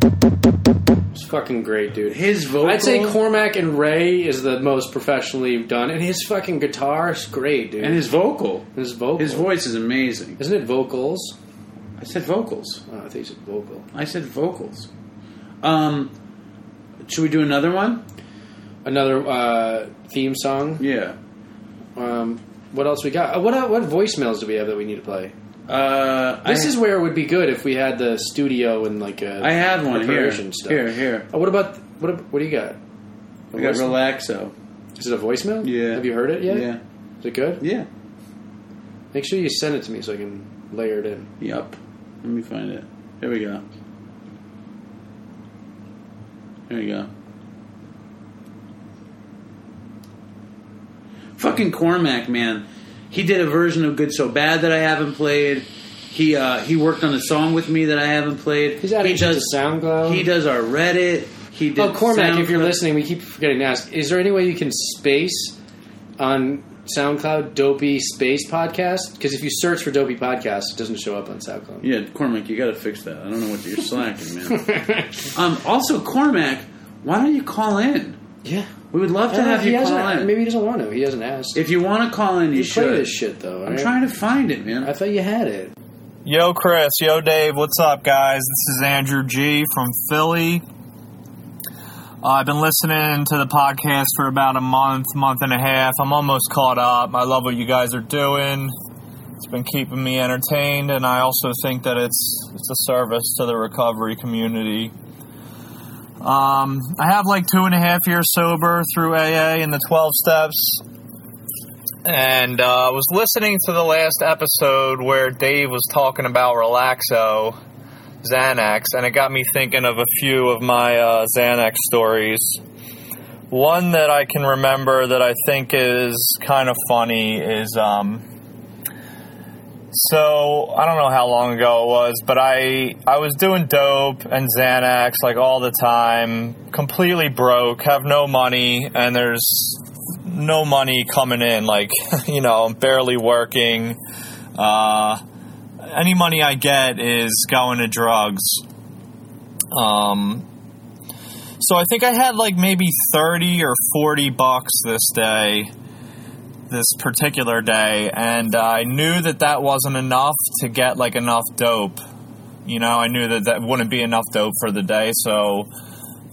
[SPEAKER 2] It's fucking great, dude.
[SPEAKER 1] His vocal.
[SPEAKER 2] I'd say Cormac and Ray is the most professionally done, and his fucking guitar is great, dude.
[SPEAKER 1] and his vocal.
[SPEAKER 2] his vocal,
[SPEAKER 1] His voice is amazing.
[SPEAKER 2] isn't it vocals?
[SPEAKER 1] I said vocals.
[SPEAKER 2] Oh, I think it's vocal.
[SPEAKER 1] I said vocals. Um, should we do another one?
[SPEAKER 2] another uh, theme song.
[SPEAKER 1] Yeah.
[SPEAKER 2] Um, what else we got? Uh, What uh, what voicemails do we have that we need to play?
[SPEAKER 1] Uh,
[SPEAKER 2] This
[SPEAKER 1] I,
[SPEAKER 2] is where it would be good if we had the studio and like a
[SPEAKER 1] I have one here.
[SPEAKER 2] preparation stuff.
[SPEAKER 1] Here, here.
[SPEAKER 2] Uh, what about what? ab- What do you got? A
[SPEAKER 1] We got
[SPEAKER 2] voicemail?
[SPEAKER 1] Relaxo.
[SPEAKER 2] Is it a voicemail?
[SPEAKER 1] Yeah.
[SPEAKER 2] Have you heard it yet?
[SPEAKER 1] Yeah.
[SPEAKER 2] Is it good?
[SPEAKER 1] Yeah.
[SPEAKER 2] Make sure you send it to me so I can layer it in.
[SPEAKER 1] Yup. Let me find it. Here we go. Here we go. Fucking Cormac, man. He did a version of Good So Bad that I haven't played. He uh, he worked on a song with me that I haven't played.
[SPEAKER 2] He's adding
[SPEAKER 1] he
[SPEAKER 2] shit to SoundCloud.
[SPEAKER 1] He does our Reddit. He did
[SPEAKER 2] Oh, Cormac, if you're
[SPEAKER 1] SoundCloud.
[SPEAKER 2] listening, we keep forgetting to ask. Is there any way you can space on SoundCloud Dopey Space Podcast? Because if you search for Dopey Podcast, it doesn't show up on SoundCloud.
[SPEAKER 1] Yeah, Cormac, you got to fix that. I don't know what you're slacking, man. um, also, Cormac, why don't you call in?
[SPEAKER 2] Yeah.
[SPEAKER 1] We would love to have
[SPEAKER 2] Uh, he
[SPEAKER 1] you
[SPEAKER 2] hasn't,
[SPEAKER 1] call in.
[SPEAKER 2] Maybe he doesn't want to. He hasn't asked.
[SPEAKER 1] If you want to call in, you,
[SPEAKER 2] you play
[SPEAKER 1] should.
[SPEAKER 2] this shit, though.
[SPEAKER 1] I'm trying to find it, man.
[SPEAKER 2] I thought you had it.
[SPEAKER 6] Yo, Chris. Yo, Dave. What's up, guys? This is Andrew G from Philly. Uh, I've been listening to the podcast for about a month, month and a half. I'm almost caught up. I love what you guys are doing. It's been keeping me entertained, and I also think that it's it's a service to the recovery community. Um, I have like two and a half years sober through AA and the 12 steps and uh, I was listening to the last episode where Dave was talking about Relaxo Xanax, and it got me thinking of a few of my uh, Xanax stories. One that I can remember that I think is kind of funny is um, so I don't know how long ago it was, but I I was doing dope and Xanax like all the time, completely broke, have no money, and there's no money coming in. Like you know, I'm barely working. Uh, any money I get is going to drugs. Um, so I think I had like maybe thirty or forty bucks this day this particular day, and I knew that that wasn't enough to get like enough dope. You know, I knew that that wouldn't be enough dope for the day, so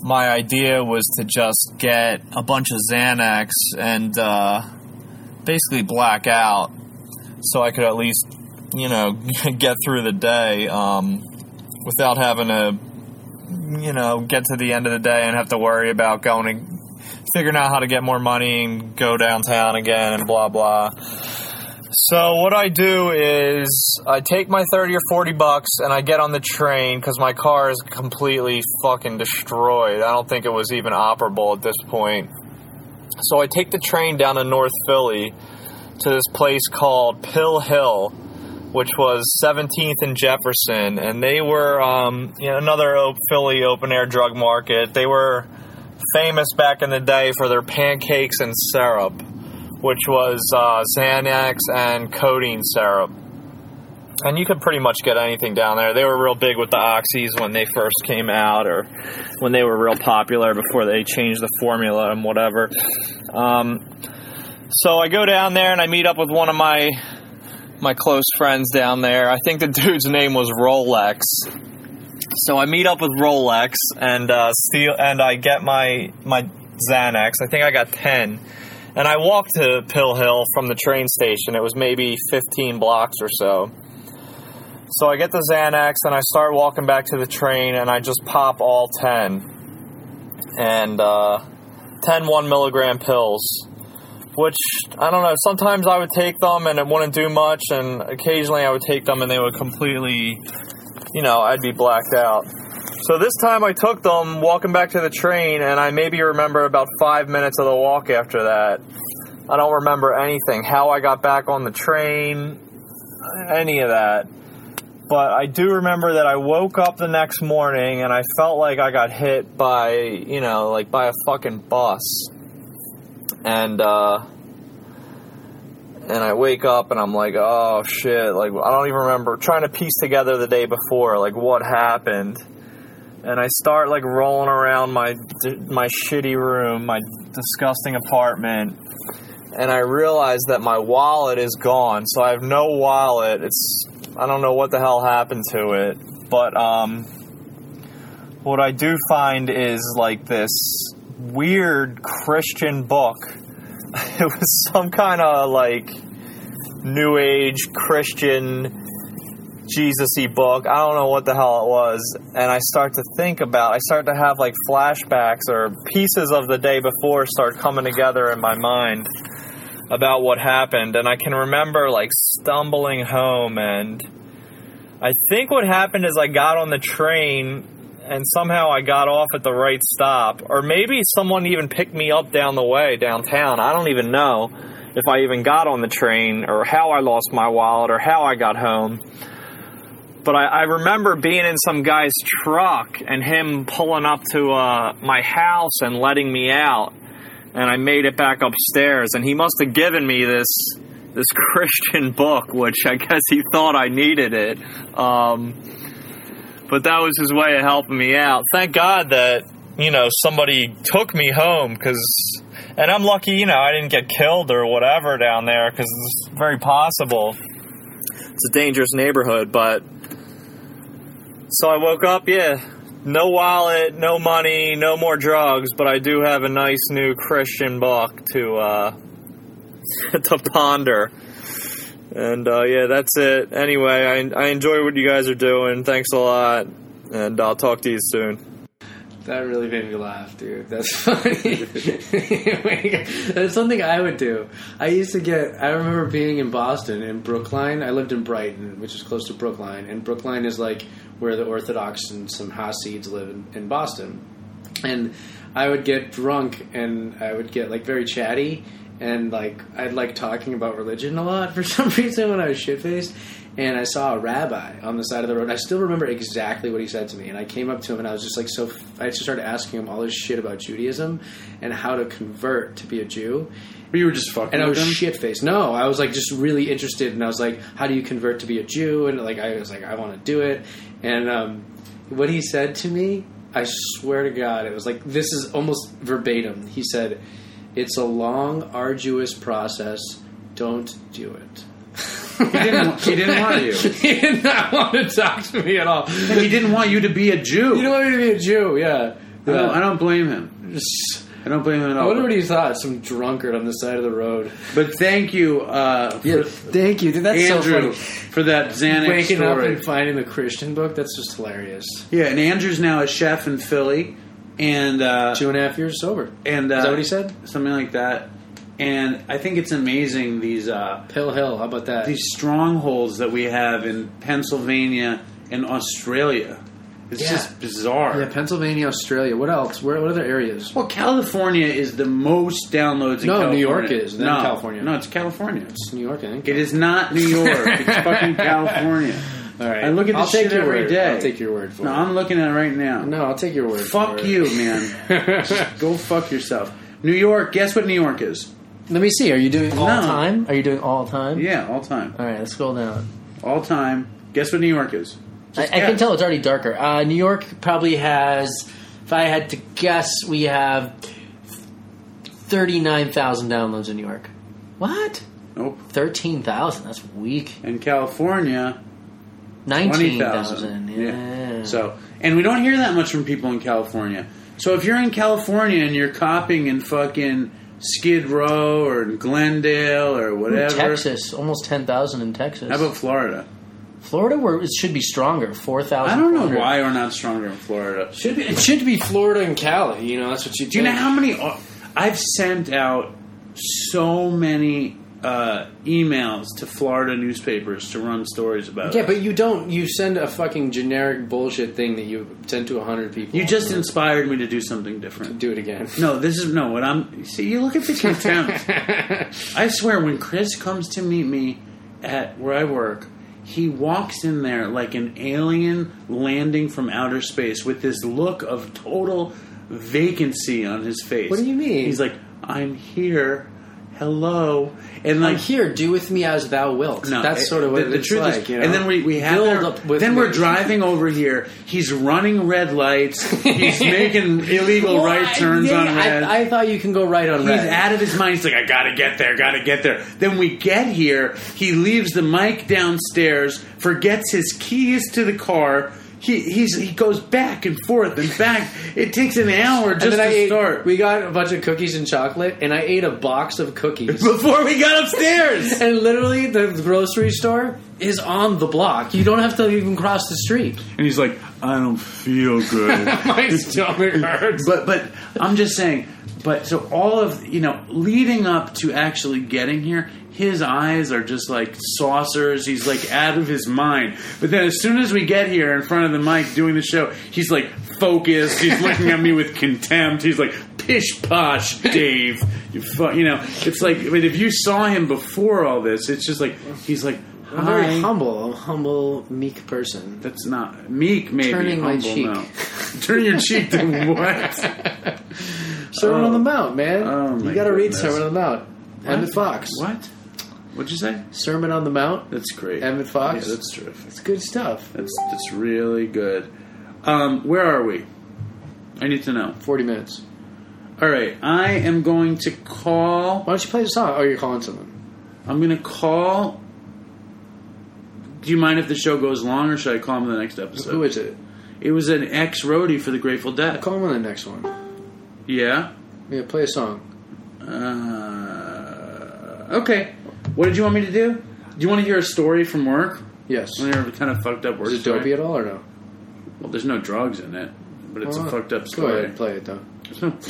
[SPEAKER 6] my idea was to just get a bunch of Xanax and uh, basically black out so I could at least, you know, get through the day um, without having to, you know, get to the end of the day and have to worry about going to figuring out how to get more money and go downtown again and blah blah. So what I do is I take my 30 or 40 bucks and I get on the train cuz my car is completely fucking destroyed. I don't think it was even operable at this point. So I take the train down to North Philly to this place called Pill Hill which was 17th and Jefferson, and they were um, you know, another o- Philly open air drug market. They were famous back in the day for their pancakes and syrup, which was uh, Xanax and codeine syrup. And you could pretty much get anything down there. They were real big with the oxys when they first came out, or when they were real popular before they changed the formula and whatever. Um, so I go down there and I meet up with one of my my close friends down there. I think the dude's name was Rolex so I meet up with Rolex and uh, steal, and I get my my Xanax. I think I got ten, and I walked to Pill Hill from the train station. It was maybe fifteen blocks or so. So I get the Xanax and I start walking back to the train, and I just pop all ten, and uh, ten one milligram pills. Which I don't know. Sometimes I would take them and it wouldn't do much, and occasionally I would take them and they would completely you know, I'd be blacked out. So this time I took them walking back to the train, and I maybe remember about five minutes of the walk after that. I don't remember anything, how I got back on the train, any of that. But I do remember that I woke up the next morning and I felt like I got hit by, you know, like by a fucking bus. And, uh, and I wake up and I'm like, oh shit, like I don't even remember trying to piece together the day before, like what happened. And I start like rolling around my my shitty room, my disgusting apartment, and I realize that my wallet is gone. So I have no wallet. It's I don't know what the hell happened to it, but um what I do find is like this weird Christian book. It was some kind of like New Age Christian Jesus-y book. I don't know what the hell it was, and I start to think about. I start to have like flashbacks or pieces of the day before start coming together in my mind about what happened, and I can remember like stumbling home and. I think what happened is I got on the train and somehow I got off at the right stop, or maybe someone even picked me up down the way downtown. I don't even know if I even got on the train or how I lost my wallet or how I got home. But I, I remember being in some guy's truck and him pulling up to uh, my house and letting me out, and I made it back upstairs. And he must have given me this this Christian book, which I guess he thought I needed it. Um, but that was his way of helping me out. Thank God that you know somebody took me home because, and I'm lucky, you know, I didn't get killed or whatever down there because it's very possible. It's a dangerous neighborhood, but so I woke up, yeah. No wallet, no money, no more drugs, but I do have a nice new Christian book to uh, to ponder. And uh, yeah, that's it. Anyway, I, I enjoy what you guys are doing. Thanks a lot, and I'll talk to you soon.
[SPEAKER 2] That really made me laugh, dude. That's funny. That's something I would do. I used to get. I remember being in Boston in Brookline. I lived in Brighton, which is close to Brookline, and Brookline is like where the Orthodox and some Hasids live in, in Boston. And I would get drunk, and I would get like very chatty, and like I'd like talking about religion a lot for some reason when I was shit faced. And I saw a rabbi on the side of the road. I still remember exactly what he said to me. And I came up to him and I was just like, so I just started asking him all this shit about Judaism and how to convert to be a Jew.
[SPEAKER 1] But you were just fucking
[SPEAKER 2] And I
[SPEAKER 1] with
[SPEAKER 2] was
[SPEAKER 1] them?
[SPEAKER 2] shit faced. No, I was like just really interested, and I was like, "How do you convert to be a Jew?" And like I was like, "I want to do it." And um, what he said to me, I swear to God, it was like this is almost verbatim. He said, "It's a long, arduous process. Don't do it."
[SPEAKER 1] He didn't, he didn't want you.
[SPEAKER 2] he did not want to talk to me at all.
[SPEAKER 1] And he didn't want you to be a Jew.
[SPEAKER 2] You don't want me to be a Jew, yeah.
[SPEAKER 1] I, don't, I
[SPEAKER 2] Yeah.
[SPEAKER 1] don't blame him. I don't blame him at
[SPEAKER 2] I
[SPEAKER 1] all.
[SPEAKER 2] wonder what he thought. Some drunkard on the side of the road.
[SPEAKER 1] but thank you, uh, for
[SPEAKER 2] thank you, dude. That's
[SPEAKER 1] Andrew, for that Xanax
[SPEAKER 2] waking up
[SPEAKER 1] story.
[SPEAKER 2] and finding the Christian book. That's just hilarious.
[SPEAKER 1] yeah, and Andrew's now a chef in Philly, and uh,
[SPEAKER 2] Two and a half years sober.
[SPEAKER 1] and uh,
[SPEAKER 2] Is that what he said?
[SPEAKER 1] Something like that. And I think it's amazing these uh,
[SPEAKER 2] Pill Hill. How about that?
[SPEAKER 1] these strongholds that we have in Pennsylvania and Australia. It's
[SPEAKER 2] Yeah.
[SPEAKER 1] just bizarre.
[SPEAKER 2] yeah, Pennsylvania, Australia. What else? Where? What other areas?
[SPEAKER 1] Well, California is the most downloads in
[SPEAKER 2] No,
[SPEAKER 1] California.
[SPEAKER 2] New York is, then
[SPEAKER 1] no,
[SPEAKER 2] California.
[SPEAKER 1] No, it's California.
[SPEAKER 2] It's New York, I think.
[SPEAKER 1] It is not New York. it's fucking California.
[SPEAKER 2] All right.
[SPEAKER 1] I look at
[SPEAKER 2] I'll
[SPEAKER 1] this
[SPEAKER 2] take
[SPEAKER 1] shit
[SPEAKER 2] your
[SPEAKER 1] every
[SPEAKER 2] word.
[SPEAKER 1] day.
[SPEAKER 2] I'll take your word for
[SPEAKER 1] No,
[SPEAKER 2] it.
[SPEAKER 1] I'm looking at it right now.
[SPEAKER 2] no, I'll take your word. for
[SPEAKER 1] Fuck
[SPEAKER 2] it.
[SPEAKER 1] you, man. Just go fuck yourself. New York, guess what New York is?
[SPEAKER 2] Let me see. Are you doing all
[SPEAKER 1] No.
[SPEAKER 2] time? Are you doing all time?
[SPEAKER 1] Yeah, all time.
[SPEAKER 2] All right. Let's scroll down.
[SPEAKER 1] All time. Guess what New York is?
[SPEAKER 7] I, I
[SPEAKER 1] yeah.
[SPEAKER 7] can tell it's already darker. Uh, New York probably has, if I had to guess, we have 39,000 downloads in New York. What?
[SPEAKER 1] Nope.
[SPEAKER 7] 13,000? That's weak.
[SPEAKER 1] And California,
[SPEAKER 7] 19,000.
[SPEAKER 1] 20,000.
[SPEAKER 7] Yeah.
[SPEAKER 1] So, and we don't hear that much from people in California. So if you're in California and you're copping in fucking Skid Row or in Glendale or whatever,
[SPEAKER 7] Texas, almost 10,000 in Texas.
[SPEAKER 1] How about Florida?
[SPEAKER 7] Florida, where it should be stronger, 4,000.
[SPEAKER 1] I don't know why we're not stronger in Florida.
[SPEAKER 2] Should be, it should be Florida and Cali. You know, that's what you
[SPEAKER 1] Do you know how many? I've sent out so many uh, emails to Florida newspapers to run stories about.
[SPEAKER 2] Yeah,
[SPEAKER 1] it.
[SPEAKER 2] but you don't. You send a fucking generic bullshit thing that you send to hundred people.
[SPEAKER 1] you just inspired me to do something different.
[SPEAKER 2] do it again.
[SPEAKER 1] No, this is no. What I'm see, you look at the contempt. I swear, when Chris comes to meet me at where I work, he walks in there like an alien landing from outer space with this look of total vacancy on his face.
[SPEAKER 2] What do you mean?
[SPEAKER 1] He's like, "I'm here, hello," and like
[SPEAKER 2] I'm here. Do with me as thou wilt.
[SPEAKER 1] No,
[SPEAKER 2] that's
[SPEAKER 1] it-
[SPEAKER 2] sort of what
[SPEAKER 1] the, the
[SPEAKER 2] it's
[SPEAKER 1] truth
[SPEAKER 2] like.
[SPEAKER 1] is.
[SPEAKER 2] you know?
[SPEAKER 1] And then we, we have
[SPEAKER 2] Build
[SPEAKER 1] our-
[SPEAKER 2] up with
[SPEAKER 1] then
[SPEAKER 2] me.
[SPEAKER 1] we're driving over here. He's running red lights. He's making illegal
[SPEAKER 2] Well,
[SPEAKER 1] right
[SPEAKER 2] I-
[SPEAKER 1] turns
[SPEAKER 2] yeah,
[SPEAKER 1] on red.
[SPEAKER 2] I, I thought you can go right on
[SPEAKER 1] He's
[SPEAKER 2] red.
[SPEAKER 1] out of his mind. He's like, I gotta get there, gotta get there. Then we get here. He leaves the mic downstairs, forgets his keys to the car. he he's he goes back and forth and back. It takes an hour just
[SPEAKER 2] and
[SPEAKER 1] to
[SPEAKER 2] then I ate,
[SPEAKER 1] start.
[SPEAKER 2] we got a bunch of cookies and chocolate, and I ate a box of cookies.
[SPEAKER 1] before we got upstairs.
[SPEAKER 2] and literally, the grocery store is on the block. You don't have to even cross the street.
[SPEAKER 1] and he's like, I don't feel good.
[SPEAKER 2] My stomach hurts.
[SPEAKER 1] but but I'm just saying. But so all of you know, leading up to actually getting here, his eyes are just like saucers. He's like out of his mind. But then as soon as we get here in front of the mic doing the show, he's like focused. He's looking at me with contempt. He's like. Pish posh, Dave. You, fu-, you know, it's like. I mean, if you saw him before all this, it's just like he's like,
[SPEAKER 2] I'm very
[SPEAKER 1] hi.
[SPEAKER 2] humble. I'm a humble, meek person.
[SPEAKER 1] That's not meek. Maybe
[SPEAKER 7] Turning my
[SPEAKER 1] humble,
[SPEAKER 7] cheek.
[SPEAKER 1] no. Turn your cheek to what?
[SPEAKER 2] Sermon
[SPEAKER 1] Oh.
[SPEAKER 2] on the Mount, man.
[SPEAKER 1] Oh, my
[SPEAKER 2] you got to read
[SPEAKER 1] goodness.
[SPEAKER 2] Sermon on the Mount. Emmett Fox.
[SPEAKER 1] What? What'd you say?
[SPEAKER 2] Sermon on the Mount.
[SPEAKER 1] That's great.
[SPEAKER 2] Emmett Fox.
[SPEAKER 1] Yeah, that's terrific.
[SPEAKER 2] It's good stuff.
[SPEAKER 1] That's that's really good. Um, where are we? I need to know.
[SPEAKER 2] Forty minutes.
[SPEAKER 1] All right, I am going to call.
[SPEAKER 2] Why don't you play the song? Oh, you're calling someone.
[SPEAKER 1] I'm going to call. Do you mind if the show goes long, or should I call him in the next episode?
[SPEAKER 2] Who is it?
[SPEAKER 1] It was an ex roadie for the Grateful Dead.
[SPEAKER 2] Call him on the next one.
[SPEAKER 1] Yeah.
[SPEAKER 2] Yeah, play a song.
[SPEAKER 1] Uh, okay. What did you want me to do? Do you want to hear a story from work?
[SPEAKER 2] Yes.
[SPEAKER 1] I hear a kind of fucked up work.
[SPEAKER 2] Is it
[SPEAKER 1] story.
[SPEAKER 2] dopey at all or no?
[SPEAKER 1] Well, there's no drugs in it, but it's
[SPEAKER 2] Oh,
[SPEAKER 1] a fucked up
[SPEAKER 2] Go
[SPEAKER 1] story.
[SPEAKER 2] ahead, play it though.
[SPEAKER 1] There's no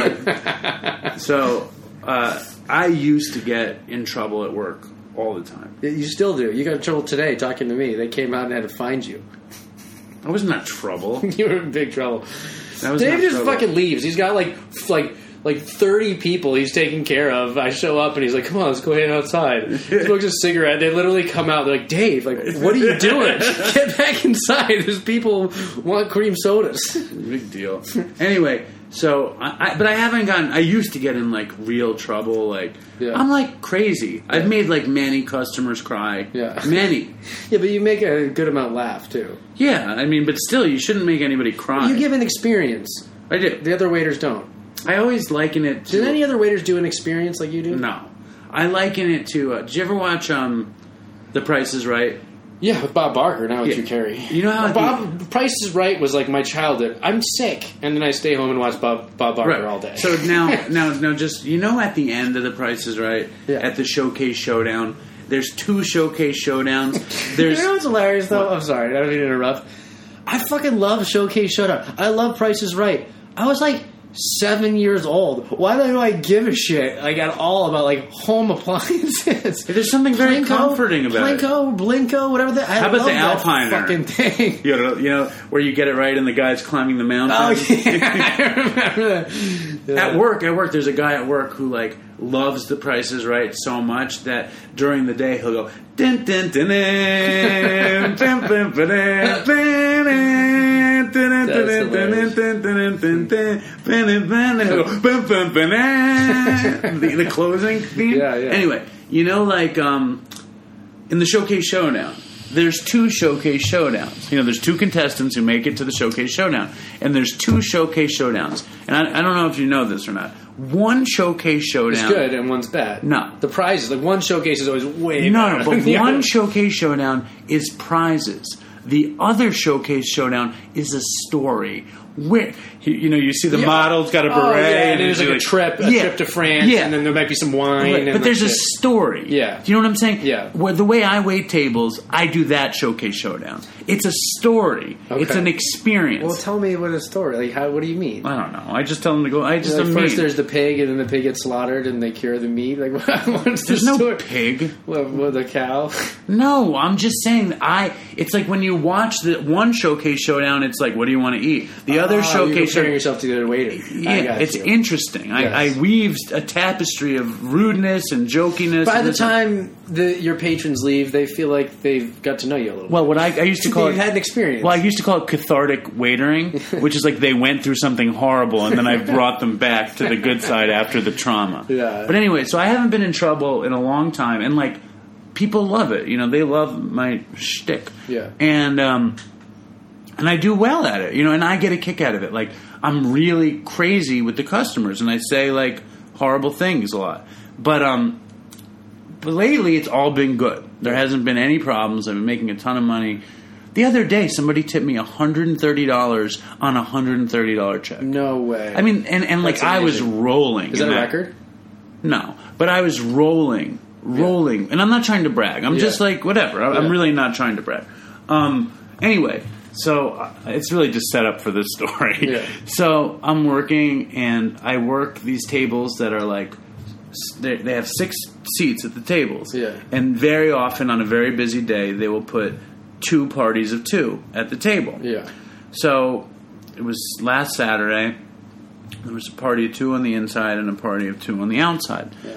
[SPEAKER 1] play. so uh, I used to get in trouble at work all the time.
[SPEAKER 2] You still do. You got in trouble today talking to me. They came out and had to find you.
[SPEAKER 1] I was not trouble.
[SPEAKER 2] you were in big trouble.
[SPEAKER 1] That was
[SPEAKER 2] Dave
[SPEAKER 1] not
[SPEAKER 2] just
[SPEAKER 1] trouble.
[SPEAKER 2] fucking leaves. He's got like f- like like thirty people he's taking care of. I show up and he's like, "Come on, let's go hang outside." He smokes a cigarette. They literally come out. They're like, "Dave, like, what are you doing? Get back inside. There's people who want cream sodas."
[SPEAKER 1] big deal. Anyway, so I, I but I haven't gotten. I used to get in like real trouble. Like
[SPEAKER 2] Yeah.
[SPEAKER 1] I'm like crazy. I've made like many customers cry.
[SPEAKER 2] Yeah.
[SPEAKER 1] many.
[SPEAKER 2] Yeah, but you make a good amount laugh too.
[SPEAKER 1] Yeah, I mean, but still, you shouldn't make anybody cry.
[SPEAKER 2] You give an experience.
[SPEAKER 1] I do.
[SPEAKER 2] The other waiters don't.
[SPEAKER 1] I always liken it. To,
[SPEAKER 2] Did any other waiters do an experience like you do?
[SPEAKER 1] No, I liken it to. Uh, did you ever watch um, The Price is Right?
[SPEAKER 2] Yeah, with Bob Barker, now with
[SPEAKER 1] Yeah.
[SPEAKER 2] Drew Carey.
[SPEAKER 1] You know how
[SPEAKER 2] Bob Price is Right was like my childhood. I'm sick, and then I stay home and watch Bob Bob Barker all day.
[SPEAKER 1] So now, now, now, just you know, at the end of the Price is Right,
[SPEAKER 2] Yeah.
[SPEAKER 1] at the Showcase Showdown, there's two Showcase Showdowns.
[SPEAKER 2] you
[SPEAKER 1] There's
[SPEAKER 2] know what's hilarious though? I'm sorry, I don't mean to interrupt. I fucking love Showcase Showdown. I love Price is Right. I was like seven years old. Why do I give a shit like at all about like home appliances?
[SPEAKER 1] there's something very comforting about it.
[SPEAKER 2] Plinko, Blinko, whatever. That, I
[SPEAKER 1] How about
[SPEAKER 2] love
[SPEAKER 1] the
[SPEAKER 2] that
[SPEAKER 1] Alpiner?
[SPEAKER 2] fucking thing?
[SPEAKER 1] You know, you know where you get it right, and the guy's climbing the mountain.
[SPEAKER 2] Oh yeah, I remember that. Yeah.
[SPEAKER 1] At work, at work, there's a guy at work who like loves the prices right so much that during the day he'll go dun dun dun dun dun dun dun dun dun dun dun dun dun dun dun dun dun dun dun dun dun. He'll go, "Bum, bum, ba, na." the the closing theme.
[SPEAKER 2] Yeah, yeah.
[SPEAKER 1] Anyway, you know, like um, in the showcase showdown there's two showcase showdowns you know there's two contestants who make it to the showcase showdown and there's two showcase showdowns and i, I don't know if you know this or not one showcase
[SPEAKER 2] It's
[SPEAKER 1] showdown
[SPEAKER 2] good and one's bad.
[SPEAKER 1] No.
[SPEAKER 2] the prizes like one showcase is always way.
[SPEAKER 1] no
[SPEAKER 2] better
[SPEAKER 1] no
[SPEAKER 2] than
[SPEAKER 1] but
[SPEAKER 2] the
[SPEAKER 1] one
[SPEAKER 2] other.
[SPEAKER 1] showcase showdown is prizes the other showcase showdown is a story where you, you know you see the
[SPEAKER 2] Yeah.
[SPEAKER 1] model's got a beret
[SPEAKER 2] Oh, yeah, and
[SPEAKER 1] it's
[SPEAKER 2] there's like a trip, a
[SPEAKER 1] yeah,
[SPEAKER 2] trip to France,
[SPEAKER 1] yeah.
[SPEAKER 2] and then there might be some wine.
[SPEAKER 1] Right,
[SPEAKER 2] and
[SPEAKER 1] but there's a
[SPEAKER 2] like shit.
[SPEAKER 1] story.
[SPEAKER 2] Yeah.
[SPEAKER 1] Do you know what I'm saying?
[SPEAKER 2] Yeah.
[SPEAKER 1] Where the way I wait tables, I do that showcase showdown. It's a story. It's
[SPEAKER 2] Okay.
[SPEAKER 1] an experience.
[SPEAKER 2] Well, tell me what a story. Like, how? What do you mean?
[SPEAKER 1] I don't know. I just tell them to go. I just
[SPEAKER 2] Like,
[SPEAKER 1] am
[SPEAKER 2] first,
[SPEAKER 1] mean.
[SPEAKER 2] there's the pig, and then the pig gets slaughtered, and they cure the meat. Like, what's the
[SPEAKER 1] There's no
[SPEAKER 2] story?
[SPEAKER 1] pig.
[SPEAKER 2] What, what, the cow?
[SPEAKER 1] No, I'm just saying. that I. It's like when you watch the one showcase showdown. It's like, what do you want to eat? The other
[SPEAKER 2] Oh, You're
[SPEAKER 1] showcase
[SPEAKER 2] comparing
[SPEAKER 1] showdown.
[SPEAKER 2] yourself to the other waiter. I
[SPEAKER 1] Yeah,
[SPEAKER 2] got
[SPEAKER 1] it's
[SPEAKER 2] you.
[SPEAKER 1] interesting. I,
[SPEAKER 2] Yes.
[SPEAKER 1] I weaves a tapestry of rudeness and jokiness.
[SPEAKER 2] By
[SPEAKER 1] and
[SPEAKER 2] the
[SPEAKER 1] this and-
[SPEAKER 2] time the, your patrons leave, they feel like they've got to know you a little.
[SPEAKER 1] well, what I, I used to
[SPEAKER 2] bit.
[SPEAKER 1] call
[SPEAKER 2] you've
[SPEAKER 1] it
[SPEAKER 2] had an experience.
[SPEAKER 1] Well, I used to call it cathartic waitering, which is like they went through something horrible and then I brought them back to the good side after the trauma.
[SPEAKER 2] Yeah.
[SPEAKER 1] But anyway, so I haven't been in trouble in a long time, and like people love it. You know, they love my shtick.
[SPEAKER 2] Yeah.
[SPEAKER 1] And um, and I do well at it. You know, and I get a kick out of it. Like I'm really crazy with the customers, and I say like horrible things a lot. But um, but lately it's all been good. There hasn't been any problems. I've been making a ton of money. The other day, somebody tipped me $130 on a $130 check.
[SPEAKER 2] No way.
[SPEAKER 1] I mean, and, and like
[SPEAKER 2] Mm. That's
[SPEAKER 1] I was
[SPEAKER 2] amazing.
[SPEAKER 1] rolling.
[SPEAKER 2] is that
[SPEAKER 1] in
[SPEAKER 2] a record?
[SPEAKER 1] No, but I was rolling, rolling, and I'm not trying to brag. I'm
[SPEAKER 2] Yeah.
[SPEAKER 1] just like whatever. I- I'm
[SPEAKER 2] Yeah.
[SPEAKER 1] really not trying to brag. Um, anyway, so uh, it's really just set up for this story.
[SPEAKER 2] Yeah.
[SPEAKER 1] So I'm working, and I work these tables that are like s- they they have six seats at the tables.
[SPEAKER 2] Yeah.
[SPEAKER 1] and very often on a very busy day, they will put two parties of two at the table.
[SPEAKER 2] Yeah.
[SPEAKER 1] So it was last Saturday. There was a party of two on the inside and a party of two on the outside.
[SPEAKER 2] Yeah.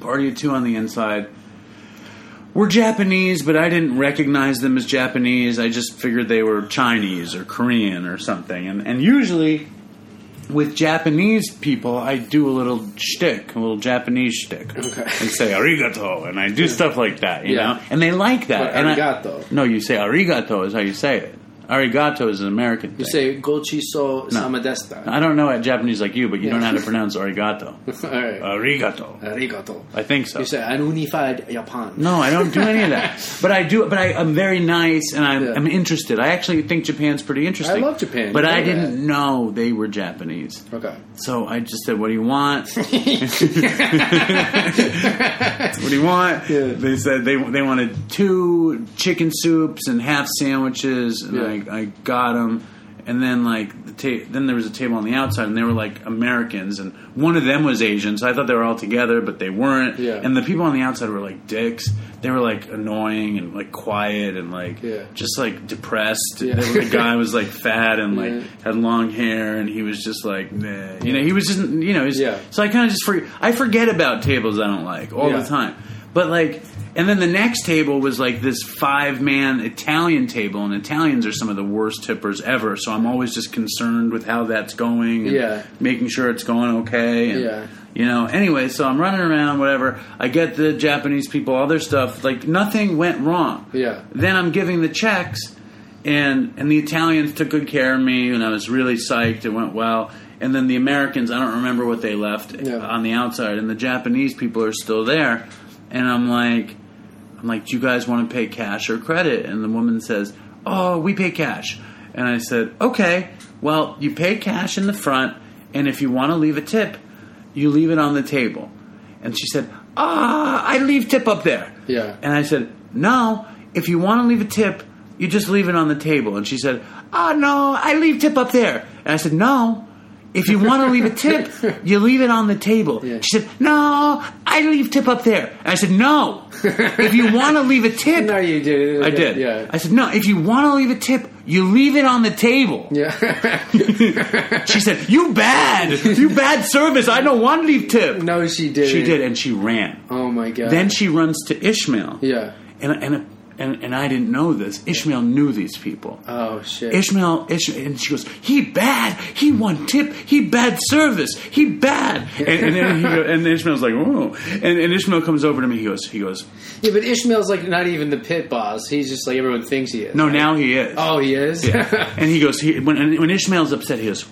[SPEAKER 1] Party of two on the inside were Japanese, but I didn't recognize them as Japanese. I just figured they were Chinese or Korean or something. And and usually with Japanese people, I do a little shtick, a little Japanese shtick,
[SPEAKER 2] Okay.
[SPEAKER 1] and say "arigato," and I do stuff like that, you
[SPEAKER 2] Yeah.
[SPEAKER 1] know. And they like that.
[SPEAKER 2] But
[SPEAKER 1] and I-
[SPEAKER 2] arigato.
[SPEAKER 1] no, you say arigato is how you say it. Arigato is an American thing.
[SPEAKER 2] You say gochiso samadesta.
[SPEAKER 1] I don't know at Japanese like you, but you
[SPEAKER 2] Yeah.
[SPEAKER 1] don't know how to pronounce arigato.
[SPEAKER 2] All right.
[SPEAKER 1] Arigato.
[SPEAKER 2] Arigato.
[SPEAKER 1] I think Uh, so.
[SPEAKER 2] You say ununified Japan.
[SPEAKER 1] No, I don't do any of that. But I do. But I, I'm very nice, and I'm,
[SPEAKER 2] Yeah.
[SPEAKER 1] I'm interested. I actually think Japan's pretty interesting.
[SPEAKER 2] I love Japan.
[SPEAKER 1] but
[SPEAKER 2] You know
[SPEAKER 1] I
[SPEAKER 2] that.
[SPEAKER 1] didn't know they were Japanese.
[SPEAKER 2] Okay.
[SPEAKER 1] So I just said, "What do you want? what do you want?"
[SPEAKER 2] Yeah.
[SPEAKER 1] They said they they wanted two chicken soups and half sandwiches, and
[SPEAKER 2] Yeah.
[SPEAKER 1] I I got them. And then like the ta- then there was a table on the outside, and they were like Americans, and one of them was Asian, so I thought they were all together, but they weren't.
[SPEAKER 2] Yeah.
[SPEAKER 1] And the people on the outside were like dicks. They were like annoying and like quiet and like
[SPEAKER 2] Yeah.
[SPEAKER 1] just like depressed.
[SPEAKER 2] Yeah.
[SPEAKER 1] The guy was like fat and like
[SPEAKER 2] Yeah.
[SPEAKER 1] had long hair, and he was just like, nah. you know, he was just, you know, he's,
[SPEAKER 2] Yeah.
[SPEAKER 1] so I kind of just forget. I forget about tables I don't like all
[SPEAKER 2] Yeah.
[SPEAKER 1] the time, but like, and then the next table was like this five man Italian table, and Italians are some of the worst tippers ever. So I'm always just concerned with how that's going, and
[SPEAKER 2] Yeah.
[SPEAKER 1] making sure it's going okay, and
[SPEAKER 2] Yeah.
[SPEAKER 1] you know. Anyway, so I'm running around, whatever. I get the Japanese people, all their stuff. Like nothing went wrong.
[SPEAKER 2] Yeah.
[SPEAKER 1] Then I'm giving the checks, and and the Italians took good care of me, and I was really psyched. It went well. And then the Americans, I don't remember what they left
[SPEAKER 2] Yeah.
[SPEAKER 1] on the outside, and the Japanese people are still there. And I'm like, I'm like, do you guys want to pay cash or credit? And the woman says, oh, we pay cash. And I said, okay, well, you pay cash in the front, and if you want to leave a tip, you leave it on the table. And she said, ah, I leave tip up there.
[SPEAKER 2] Yeah.
[SPEAKER 1] And I said, No, if you want to leave a tip, you just leave it on the table. And she said, Oh, no, I leave tip up there. And I said, No, if you want to leave a tip, you leave it on the table.
[SPEAKER 2] Yeah.
[SPEAKER 1] She said, No, I leave tip up there. And I said, No, if you want to leave a tip,
[SPEAKER 2] No, you did.
[SPEAKER 1] I did.
[SPEAKER 2] Yeah.
[SPEAKER 1] I said, No, if you want to leave a tip, you leave it on the table.
[SPEAKER 2] yeah.
[SPEAKER 1] She said, You bad, you bad service. I don't want to leave tip.
[SPEAKER 2] no, she did.
[SPEAKER 1] She did, and she ran.
[SPEAKER 2] Oh my god.
[SPEAKER 1] Then she runs to Ishmael.
[SPEAKER 2] Yeah.
[SPEAKER 1] and and and, and I didn't know this. Ishmael knew these people.
[SPEAKER 2] Oh shit.
[SPEAKER 1] Ishmael, Ishmael, and she goes, he bad, he won tip, he bad service, he bad. And, and then he go, and Ishmael's like, oh. And, and Ishmael comes over to me. He goes, he goes,
[SPEAKER 2] yeah, but Ishmael's like not even the pit boss. He's just like everyone thinks he is.
[SPEAKER 1] no, now he is.
[SPEAKER 2] Oh, he is.
[SPEAKER 1] Yeah. and he goes, he, when, and when Ishmael's upset, he goes,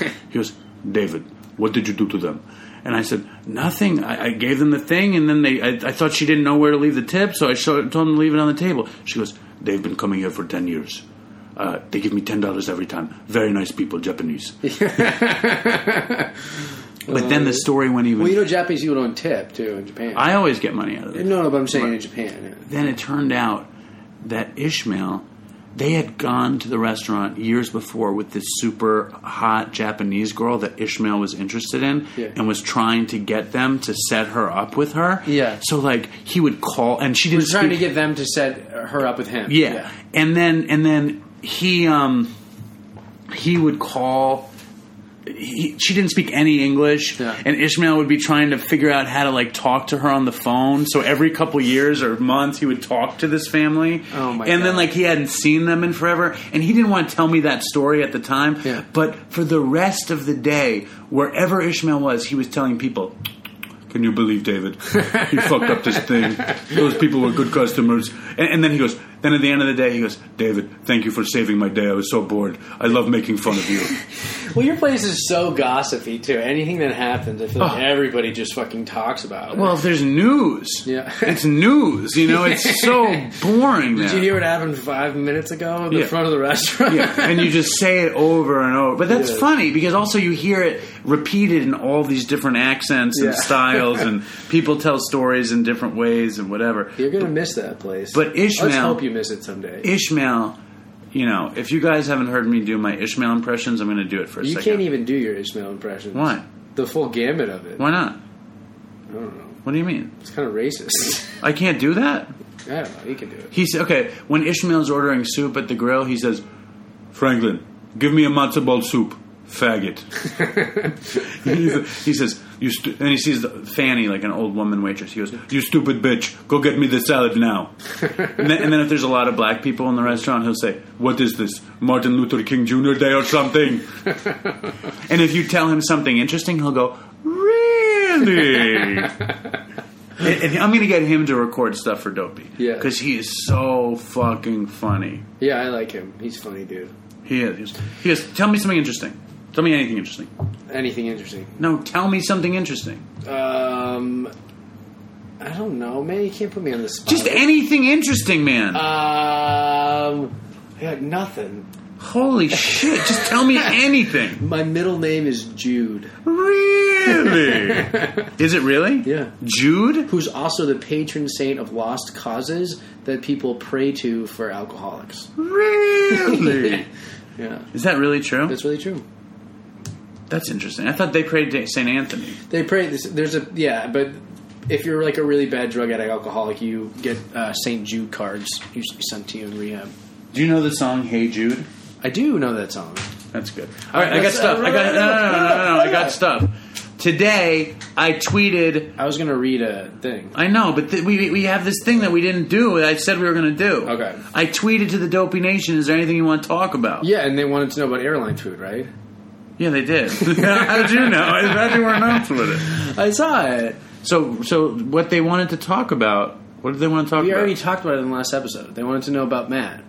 [SPEAKER 1] he goes, David, what did you do to them? And I said, nothing. I, I gave them the thing, and then they, I, I thought she didn't know where to leave the tip, so I showed, told them to leave it on the table. She goes, they've been coming here for 10 years. Uh, they give me $10 every time. Very nice people, Japanese. but then the story went even.
[SPEAKER 2] well, you know, Japanese people don't tip too in Japan.
[SPEAKER 1] I always get money out of it.
[SPEAKER 2] no, no, but I'm saying in Japan.
[SPEAKER 1] then it turned out that Ishmael, they had gone to the restaurant years before with this super hot Japanese girl that Ishmael was interested in
[SPEAKER 2] Yeah.
[SPEAKER 1] and was trying to get them to set her up with her.
[SPEAKER 2] Yeah.
[SPEAKER 1] So like he would call and she didn't
[SPEAKER 2] He's trying to
[SPEAKER 1] speak-
[SPEAKER 2] get them to set her up with him.
[SPEAKER 1] yeah. And then and then he um he would call he, she didn't speak any English,
[SPEAKER 2] Yeah.
[SPEAKER 1] and Ishmael would be trying to figure out how to like talk to her on the phone. So every couple years or months, he would talk to this family.
[SPEAKER 2] Oh, my
[SPEAKER 1] And then
[SPEAKER 2] God.
[SPEAKER 1] like he hadn't seen them in forever, and he didn't want to tell me that story at the time.
[SPEAKER 2] Yeah.
[SPEAKER 1] But for the rest of the day, wherever Ishmael was, he was telling people, can you believe David? He fucked up this thing. Those people were good customers. And, and then he goes,
[SPEAKER 8] Then at the end of the day, he goes, David, thank you for saving my day. I was so bored. I love making fun of you.
[SPEAKER 2] Well, your place is so gossipy too. Anything that happens, I feel like everybody just fucking talks about it.
[SPEAKER 1] Oh. Well, if there's news,
[SPEAKER 2] Yeah.
[SPEAKER 1] it's news. You know, it's so boring.
[SPEAKER 2] did
[SPEAKER 1] now.
[SPEAKER 2] you hear what happened five minutes ago in the
[SPEAKER 1] Yeah.
[SPEAKER 2] front of the restaurant?
[SPEAKER 1] yeah, and you just say it over and over. But that's
[SPEAKER 2] Yeah.
[SPEAKER 1] funny because also you hear it repeated in all these different accents and
[SPEAKER 2] Yeah.
[SPEAKER 1] styles, and people tell stories in different ways and whatever.
[SPEAKER 2] You're gonna miss that place.
[SPEAKER 1] But Ishmael-
[SPEAKER 2] let's hope you miss it someday.
[SPEAKER 1] Ishmael, you know, if you guys haven't heard me do my Ishmael impressions, I'm going to do it for a
[SPEAKER 2] you
[SPEAKER 1] 2nd
[SPEAKER 2] can't even do your Ishmael impression.
[SPEAKER 1] Why?
[SPEAKER 2] The full gamut of it.
[SPEAKER 1] Why not?
[SPEAKER 2] I don't know.
[SPEAKER 1] What do you mean?
[SPEAKER 2] It's kind of racist.
[SPEAKER 1] I can't do that.
[SPEAKER 2] I don't know. You can do it.
[SPEAKER 1] He's okay. When Ishmael's ordering soup at the grill, he says,
[SPEAKER 8] Franklin, give me a matzo ball soup, faggot.
[SPEAKER 1] he says, you stu-, and he sees the, Fanny like an old woman waitress. He goes,
[SPEAKER 8] You stupid bitch, go get me the salad now.
[SPEAKER 1] and then, and then if there's a lot of black people in the restaurant, he'll say,
[SPEAKER 8] What is this, Martin Luther King Jr. Day or something?
[SPEAKER 1] and if you tell him something interesting, he'll go, really? And- and I'm going to get him to record stuff for Dopey.
[SPEAKER 2] Yeah.
[SPEAKER 1] Because he is so fucking funny.
[SPEAKER 2] Yeah, I like him. He's funny, dude.
[SPEAKER 1] He is. He is. He is. Tell me something interesting. Tell me anything interesting.
[SPEAKER 2] Anything interesting?
[SPEAKER 1] No, tell me something interesting.
[SPEAKER 2] Um, I don't know, man. You can't put me on the spot.
[SPEAKER 1] Just anything interesting, man.
[SPEAKER 2] Um, I got nothing.
[SPEAKER 1] Holy shit. Just tell me anything.
[SPEAKER 2] My middle name is Jude.
[SPEAKER 1] Really? is it really?
[SPEAKER 2] Yeah.
[SPEAKER 1] Jude?
[SPEAKER 2] Who's also the patron saint of lost causes that people pray to for alcoholics.
[SPEAKER 1] Really?
[SPEAKER 2] Yeah,
[SPEAKER 1] is that really true?
[SPEAKER 2] that's really true.
[SPEAKER 1] That's interesting. I thought they prayed to St. Anthony.
[SPEAKER 2] They pray. This, there's a yeah, but if you're like a really bad drug addict alcoholic, you get uh, Saint Jude cards usually sent to you in rehab.
[SPEAKER 1] Do you know the song Hey Jude?
[SPEAKER 2] I do know that song.
[SPEAKER 1] That's good. All right, I got
[SPEAKER 2] Let's-
[SPEAKER 1] stuff. I got no, no, no, no, no, no. I got stuff. Today I tweeted.
[SPEAKER 2] I was gonna read a thing.
[SPEAKER 1] I know, but th- we we have this thing that we didn't do. that I said we were going to do.
[SPEAKER 2] Okay.
[SPEAKER 1] I tweeted to the Dopey Nation. Is there anything you want to talk about?
[SPEAKER 2] Yeah, and they wanted to know about airline food, right?
[SPEAKER 1] Yeah, they did. How'd you know? I thought you were announced with it.
[SPEAKER 2] I saw it.
[SPEAKER 1] So so what they wanted to talk about? What did they want to talk
[SPEAKER 2] We
[SPEAKER 1] about?
[SPEAKER 2] already talked about it in the last episode. They wanted to know about Matt.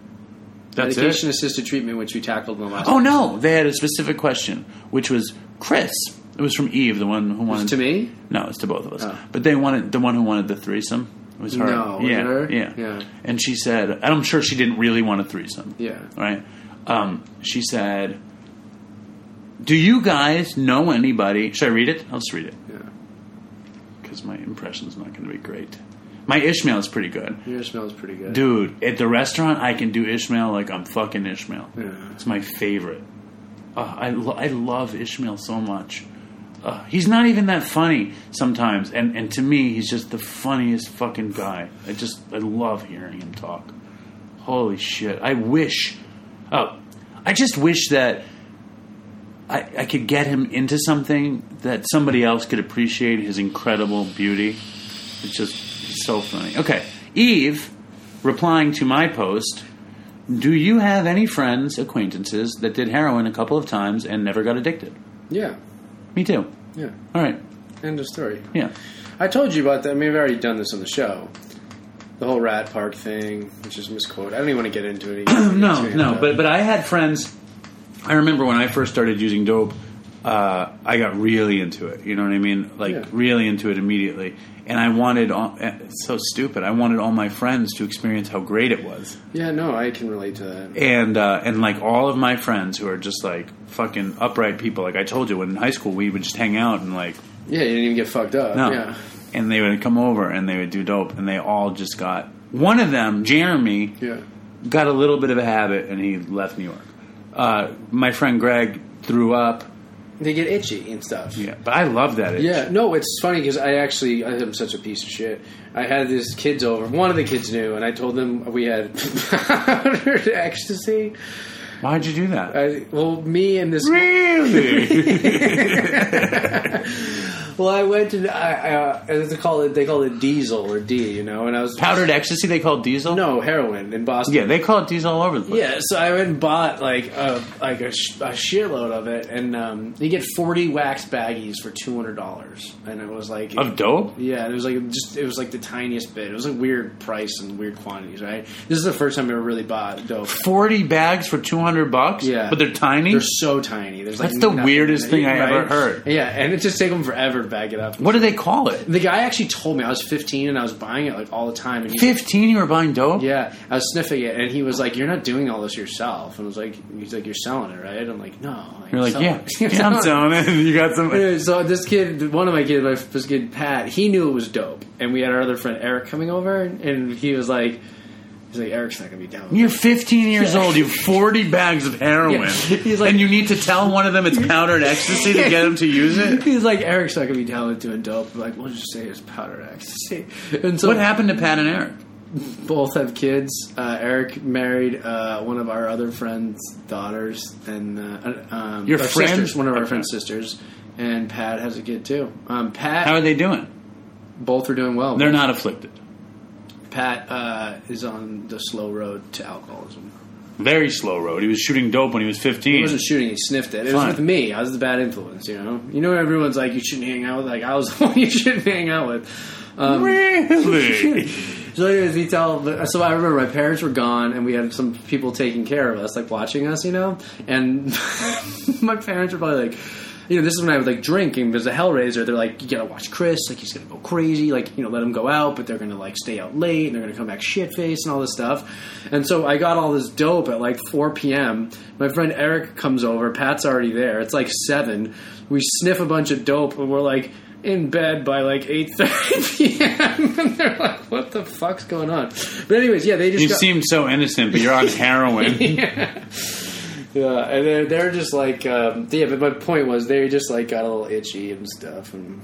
[SPEAKER 1] That's it?
[SPEAKER 2] Medication assisted treatment, which we tackled in the last
[SPEAKER 1] Oh no, they had a specific question, which was Chris. It was from Eve, the one who wanted
[SPEAKER 2] To me?
[SPEAKER 1] No, it's to both of us.
[SPEAKER 2] Oh.
[SPEAKER 1] But they wanted the one who wanted the threesome was her.
[SPEAKER 2] No, was it
[SPEAKER 1] yeah,
[SPEAKER 2] her?
[SPEAKER 1] yeah,
[SPEAKER 2] Yeah.
[SPEAKER 1] And she said, and I'm sure she didn't really want a threesome.
[SPEAKER 2] Yeah.
[SPEAKER 1] right. Um, she said, "Do you guys know anybody?" Should I read it? I'll just read it
[SPEAKER 2] Yeah.
[SPEAKER 1] because my impression's not going to be great. My Ishmael is pretty good,
[SPEAKER 2] Your smells pretty good.
[SPEAKER 1] dude. At the restaurant, I can do Ishmael like I'm fucking Ishmael.
[SPEAKER 2] Yeah.
[SPEAKER 1] It's my favorite. Uh, I lo- I love Ishmael so much. Uh, he's not even that funny sometimes, and and to me, he's just the funniest fucking guy. I just I love hearing him talk. Holy shit! I wish. Oh, I just wish that I I could get him into something that somebody else could appreciate his incredible beauty. It's just it's so funny. Okay, Eve replying to my post. Do you have any friends, acquaintances that did heroin a couple of times and never got addicted?
[SPEAKER 2] Yeah.
[SPEAKER 1] Me too.
[SPEAKER 2] Yeah.
[SPEAKER 1] All right.
[SPEAKER 2] End of story.
[SPEAKER 1] Yeah.
[SPEAKER 2] I told you about that. I mean, I've already done this on the show. The whole Rat Park thing, which is misquote. I don't even want to get into it. again.
[SPEAKER 1] No, no, but but I had friends. I remember when I first started using dope, uh, I got really into it. You know what I mean? Like
[SPEAKER 2] Yeah.
[SPEAKER 1] really into it immediately. And I wanted all, eh, it's so stupid. I wanted all my friends to experience how great it was.
[SPEAKER 2] yeah, no, I can relate to that.
[SPEAKER 1] and uh, and like all of my friends who are just like fucking upright people. Like I told you, when in high school we would just hang out and like
[SPEAKER 2] Yeah, you didn't even get fucked up.
[SPEAKER 1] no,
[SPEAKER 2] Yeah.
[SPEAKER 1] and they would come over and they would do dope, and they all just got one of them, Jeremy,
[SPEAKER 2] Yeah.
[SPEAKER 1] got a little bit of a habit, and he left New York. Uh, my friend Greg threw up.
[SPEAKER 2] They get itchy and stuff.
[SPEAKER 1] Yeah, but I love that. Itch.
[SPEAKER 2] Yeah, no, it's funny because I actually I am such a piece of shit. I had these kids over. One of the kids knew, and I told them we had powdered ecstasy.
[SPEAKER 1] Why'd you do that?
[SPEAKER 2] I, well, me and this
[SPEAKER 1] really?
[SPEAKER 2] Well, I went to I, I, uh, they call it they call it diesel or D, you know, and I was
[SPEAKER 1] Powdered ecstasy, they call it diesel?
[SPEAKER 2] no heroin in Boston.
[SPEAKER 1] Yeah, they call it diesel all over the place.
[SPEAKER 2] Yeah, so I went and bought like a like a, sh- a shitload of it, and um, you get forty wax baggies for two hundred dollars, and it was like
[SPEAKER 1] Of dope?
[SPEAKER 2] yeah, and it was like just it was like the tiniest bit. It was a weird price and weird quantities, right? This is the first time I ever really bought dope.
[SPEAKER 1] 40 bags for 200 bucks?
[SPEAKER 2] Yeah,
[SPEAKER 1] But they're tiny?
[SPEAKER 2] They're so tiny. There's like
[SPEAKER 1] That's the
[SPEAKER 2] nothing
[SPEAKER 1] weirdest
[SPEAKER 2] in it,
[SPEAKER 1] thing I ever heard.
[SPEAKER 2] Yeah, and it just take them forever to bag it up.
[SPEAKER 1] what do they call it?
[SPEAKER 2] The guy actually told me I was 15 and I was buying it like all the time. And he
[SPEAKER 1] 15 you were buying dope?
[SPEAKER 2] Yeah, I was sniffing it, and he was like, "You're not doing all this yourself." And I was like, "He's like, you're selling it, right?" I'm like, "No." I'm
[SPEAKER 1] You're like,
[SPEAKER 2] selling
[SPEAKER 1] yeah,
[SPEAKER 2] it."
[SPEAKER 1] yeah, I'm selling it. You got some.
[SPEAKER 2] Yeah, So this kid, one of my kids, my this kid Pat, he knew it was dope, and we had our other friend Eric coming over, and he was like, "He's like, Eric's not gonna be down." with
[SPEAKER 1] You're 15 years old. You have 40 bags of heroin,
[SPEAKER 2] Yeah. He's like-
[SPEAKER 1] and you need to tell one of them it's powdered ecstasy to get them to use
[SPEAKER 2] it."
[SPEAKER 1] it.
[SPEAKER 2] He's like, Eric's not gonna be down with doing dope. I'm like, we'll just say it's powder ecstasy. And so
[SPEAKER 1] What happened to Pat and Eric?
[SPEAKER 2] both have kids. Uh, Eric married uh, one of our other friends' daughters, and uh, um,
[SPEAKER 1] Your
[SPEAKER 2] or
[SPEAKER 1] friend?
[SPEAKER 2] sisters, one of our
[SPEAKER 1] Okay.
[SPEAKER 2] friends' sisters, and Pat has a kid too. Um, Pat,
[SPEAKER 1] How are they doing?
[SPEAKER 2] both are doing well.
[SPEAKER 1] They're not afflicted.
[SPEAKER 2] Pat uh, is on the slow road to alcoholism.
[SPEAKER 1] Very slow road. He was shooting dope when he was 15.
[SPEAKER 2] He wasn't shooting; he sniffed it. It
[SPEAKER 1] Fine.
[SPEAKER 2] was with me. I was the bad influence. You know, you know, everyone's like, you shouldn't hang out with. Like I was the one you shouldn't hang out with. Um,
[SPEAKER 1] really?
[SPEAKER 2] so anyways, he tell. So I remember my parents were gone, and we had some people taking care of us, like watching us, you know. And my parents were probably like, you know, this is when I would like drinking because a Hellraiser. They're like, you gotta watch Chris, like he's gonna go crazy, like you know, let him go out, but they're gonna like stay out late and they're gonna come back shit faced and all this stuff. And so I got all this dope at like 4 p.m. My friend Eric comes over. Pat's already there. It's like seven. We sniff a bunch of dope, and we're like in bed by like 8.30 p.m. and they're like, what the fuck's going on? But anyways, yeah, they just
[SPEAKER 1] You
[SPEAKER 2] got-
[SPEAKER 1] seem so innocent, but you're on heroin.
[SPEAKER 2] yeah, and they're, they're just like, um, yeah, but my point was they just like got a little itchy and stuff and,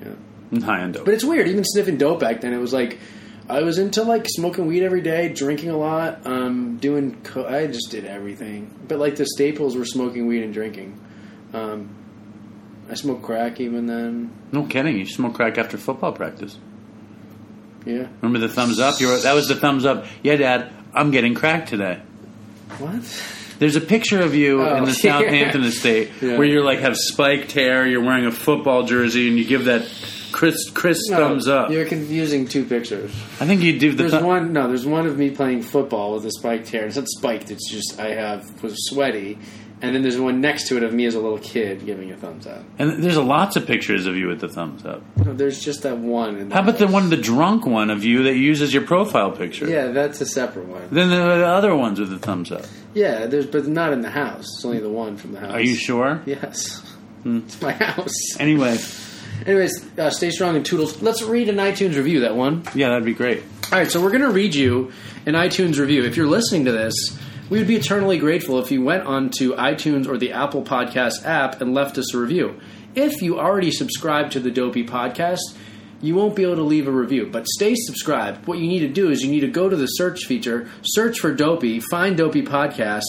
[SPEAKER 2] yeah.
[SPEAKER 1] I'm high on dope.
[SPEAKER 2] But it's weird, even sniffing dope back then, it was like, I was into like smoking weed every day, drinking a lot, um, doing, co- I just did everything. But like the staples were smoking weed and drinking. Um, I smoked crack even then,
[SPEAKER 1] no kidding. You smoke crack after football practice.
[SPEAKER 2] yeah.
[SPEAKER 1] Remember the thumbs up? You were, that was the thumbs up. Yeah, Dad, I'm getting crack today.
[SPEAKER 2] What?
[SPEAKER 1] There's a picture of you
[SPEAKER 2] Oh,
[SPEAKER 1] in the
[SPEAKER 2] yeah.
[SPEAKER 1] Southampton estate
[SPEAKER 2] Yeah.
[SPEAKER 1] where you're like have spiked hair, you're wearing a football jersey, and you give that Chris Chris thumbs
[SPEAKER 2] No,
[SPEAKER 1] up.
[SPEAKER 2] You're confusing two pictures.
[SPEAKER 1] I think you do the
[SPEAKER 2] There's
[SPEAKER 1] thu-
[SPEAKER 2] one. No, there's one of me playing football with a spiked hair. It's not spiked. It's just I have was sweaty, and then there's one next to it of me as a little kid giving a thumbs up.
[SPEAKER 1] and there's lots of pictures of you with the thumbs up.
[SPEAKER 2] No, there's just that one. In
[SPEAKER 1] How about the one, the drunk one of you that you use as your profile picture?
[SPEAKER 2] Yeah, that's a separate one.
[SPEAKER 1] Then the, the other ones with the thumbs up.
[SPEAKER 2] Yeah, there's but not in the house. It's only the one from the house.
[SPEAKER 1] Are you sure? Hmm.
[SPEAKER 2] Yes. It's my house.
[SPEAKER 1] Anyway,
[SPEAKER 2] Anyways, uh, stay strong and toodles. Let's read an iTunes review. That one.
[SPEAKER 1] yeah, that'd be great.
[SPEAKER 2] All right, so we're going to read you an iTunes review. If you're listening to this, we would be eternally grateful if you went onto iTunes or the Apple Podcast app and left us a review. If you already subscribe to the Dopey Podcast, you won't be able to leave a review, but stay subscribed. What you need to do is you need to go to the search feature, search for Dopey, find Dopey Podcast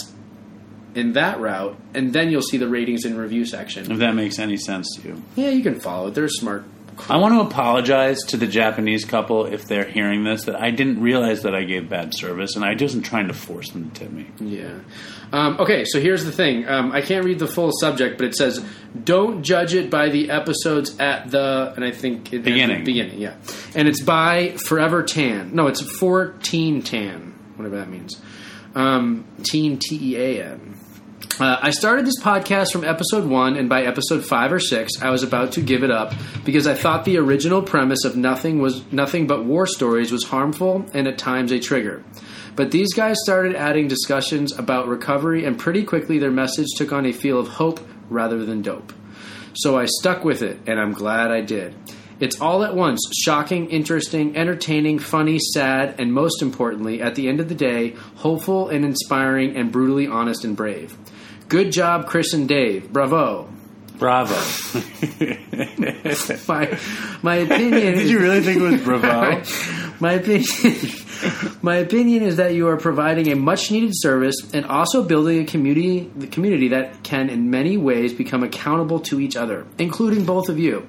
[SPEAKER 2] in that route, and then you'll see the ratings and review section.
[SPEAKER 1] If that makes any sense to you.
[SPEAKER 2] Yeah, you can follow it. They're smart.
[SPEAKER 1] I want to apologize to the Japanese couple if they're hearing this that I didn't realize that I gave bad service and I wasn't trying to force them to tip me.
[SPEAKER 2] Yeah. Um, okay, so here's the thing. Um, I can't read the full subject, but it says, "Don't judge it by the episodes at the," and I think it
[SPEAKER 1] Beginning.
[SPEAKER 2] beginning, yeah. And it's by Forever Tan. No, it's fourteen tan, whatever that means. Um, teen T E A N. Uh, I started this podcast from episode one, and by episode five or six, I was about to give it up because I thought the original premise of nothing was nothing but war stories was harmful and at times a trigger. But these guys started adding discussions about recovery, and pretty quickly their message took on a feel of hope rather than dope. So I stuck with it, and I'm glad I did. It's all at once shocking, interesting, entertaining, funny, sad, and most importantly, at the end of the day, hopeful and inspiring and brutally honest and brave. Good job, Chris and Dave. Bravo.
[SPEAKER 1] Bravo.
[SPEAKER 2] My, my opinion
[SPEAKER 1] Did
[SPEAKER 2] is
[SPEAKER 1] you really think it was bravo?
[SPEAKER 2] My opinion, my opinion is that you are providing a much needed service and also building a community, the community that can in many ways become accountable to each other, including both of you.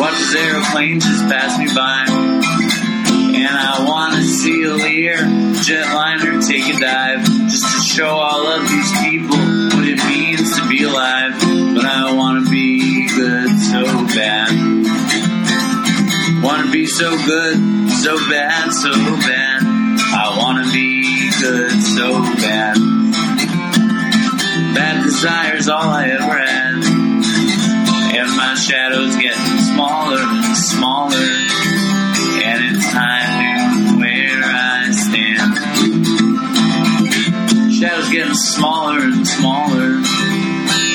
[SPEAKER 3] Watch this airplane just pass me by. And I wanna see a Lear jetliner take a dive. Just to show all of these people what it means to be alive. But I wanna be good so bad. Wanna be so good, so bad, so bad. I wanna be good, so bad. Bad desire's all I ever had. And my shadow's getting smaller and smaller. And it's high noon where I stand. Shadow's getting smaller and smaller.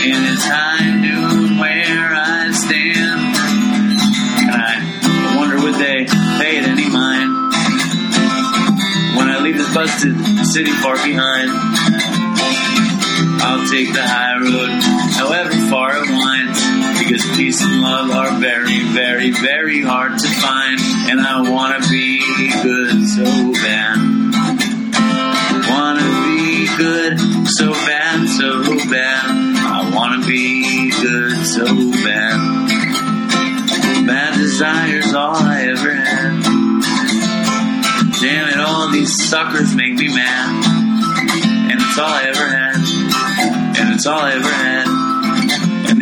[SPEAKER 3] And it's high noon where I stand. And I wonder would they pay it any mind when I leave this busted city far behind. I'll take the high road, however far it winds, because peace and love are very, very, very hard to find. And I wanna be good so bad. Wanna be good so bad, so bad. I wanna be good so bad. Bad desire's all I ever had. Damn it, all these suckers make me mad. And it's all I ever had. And it's all I ever had. And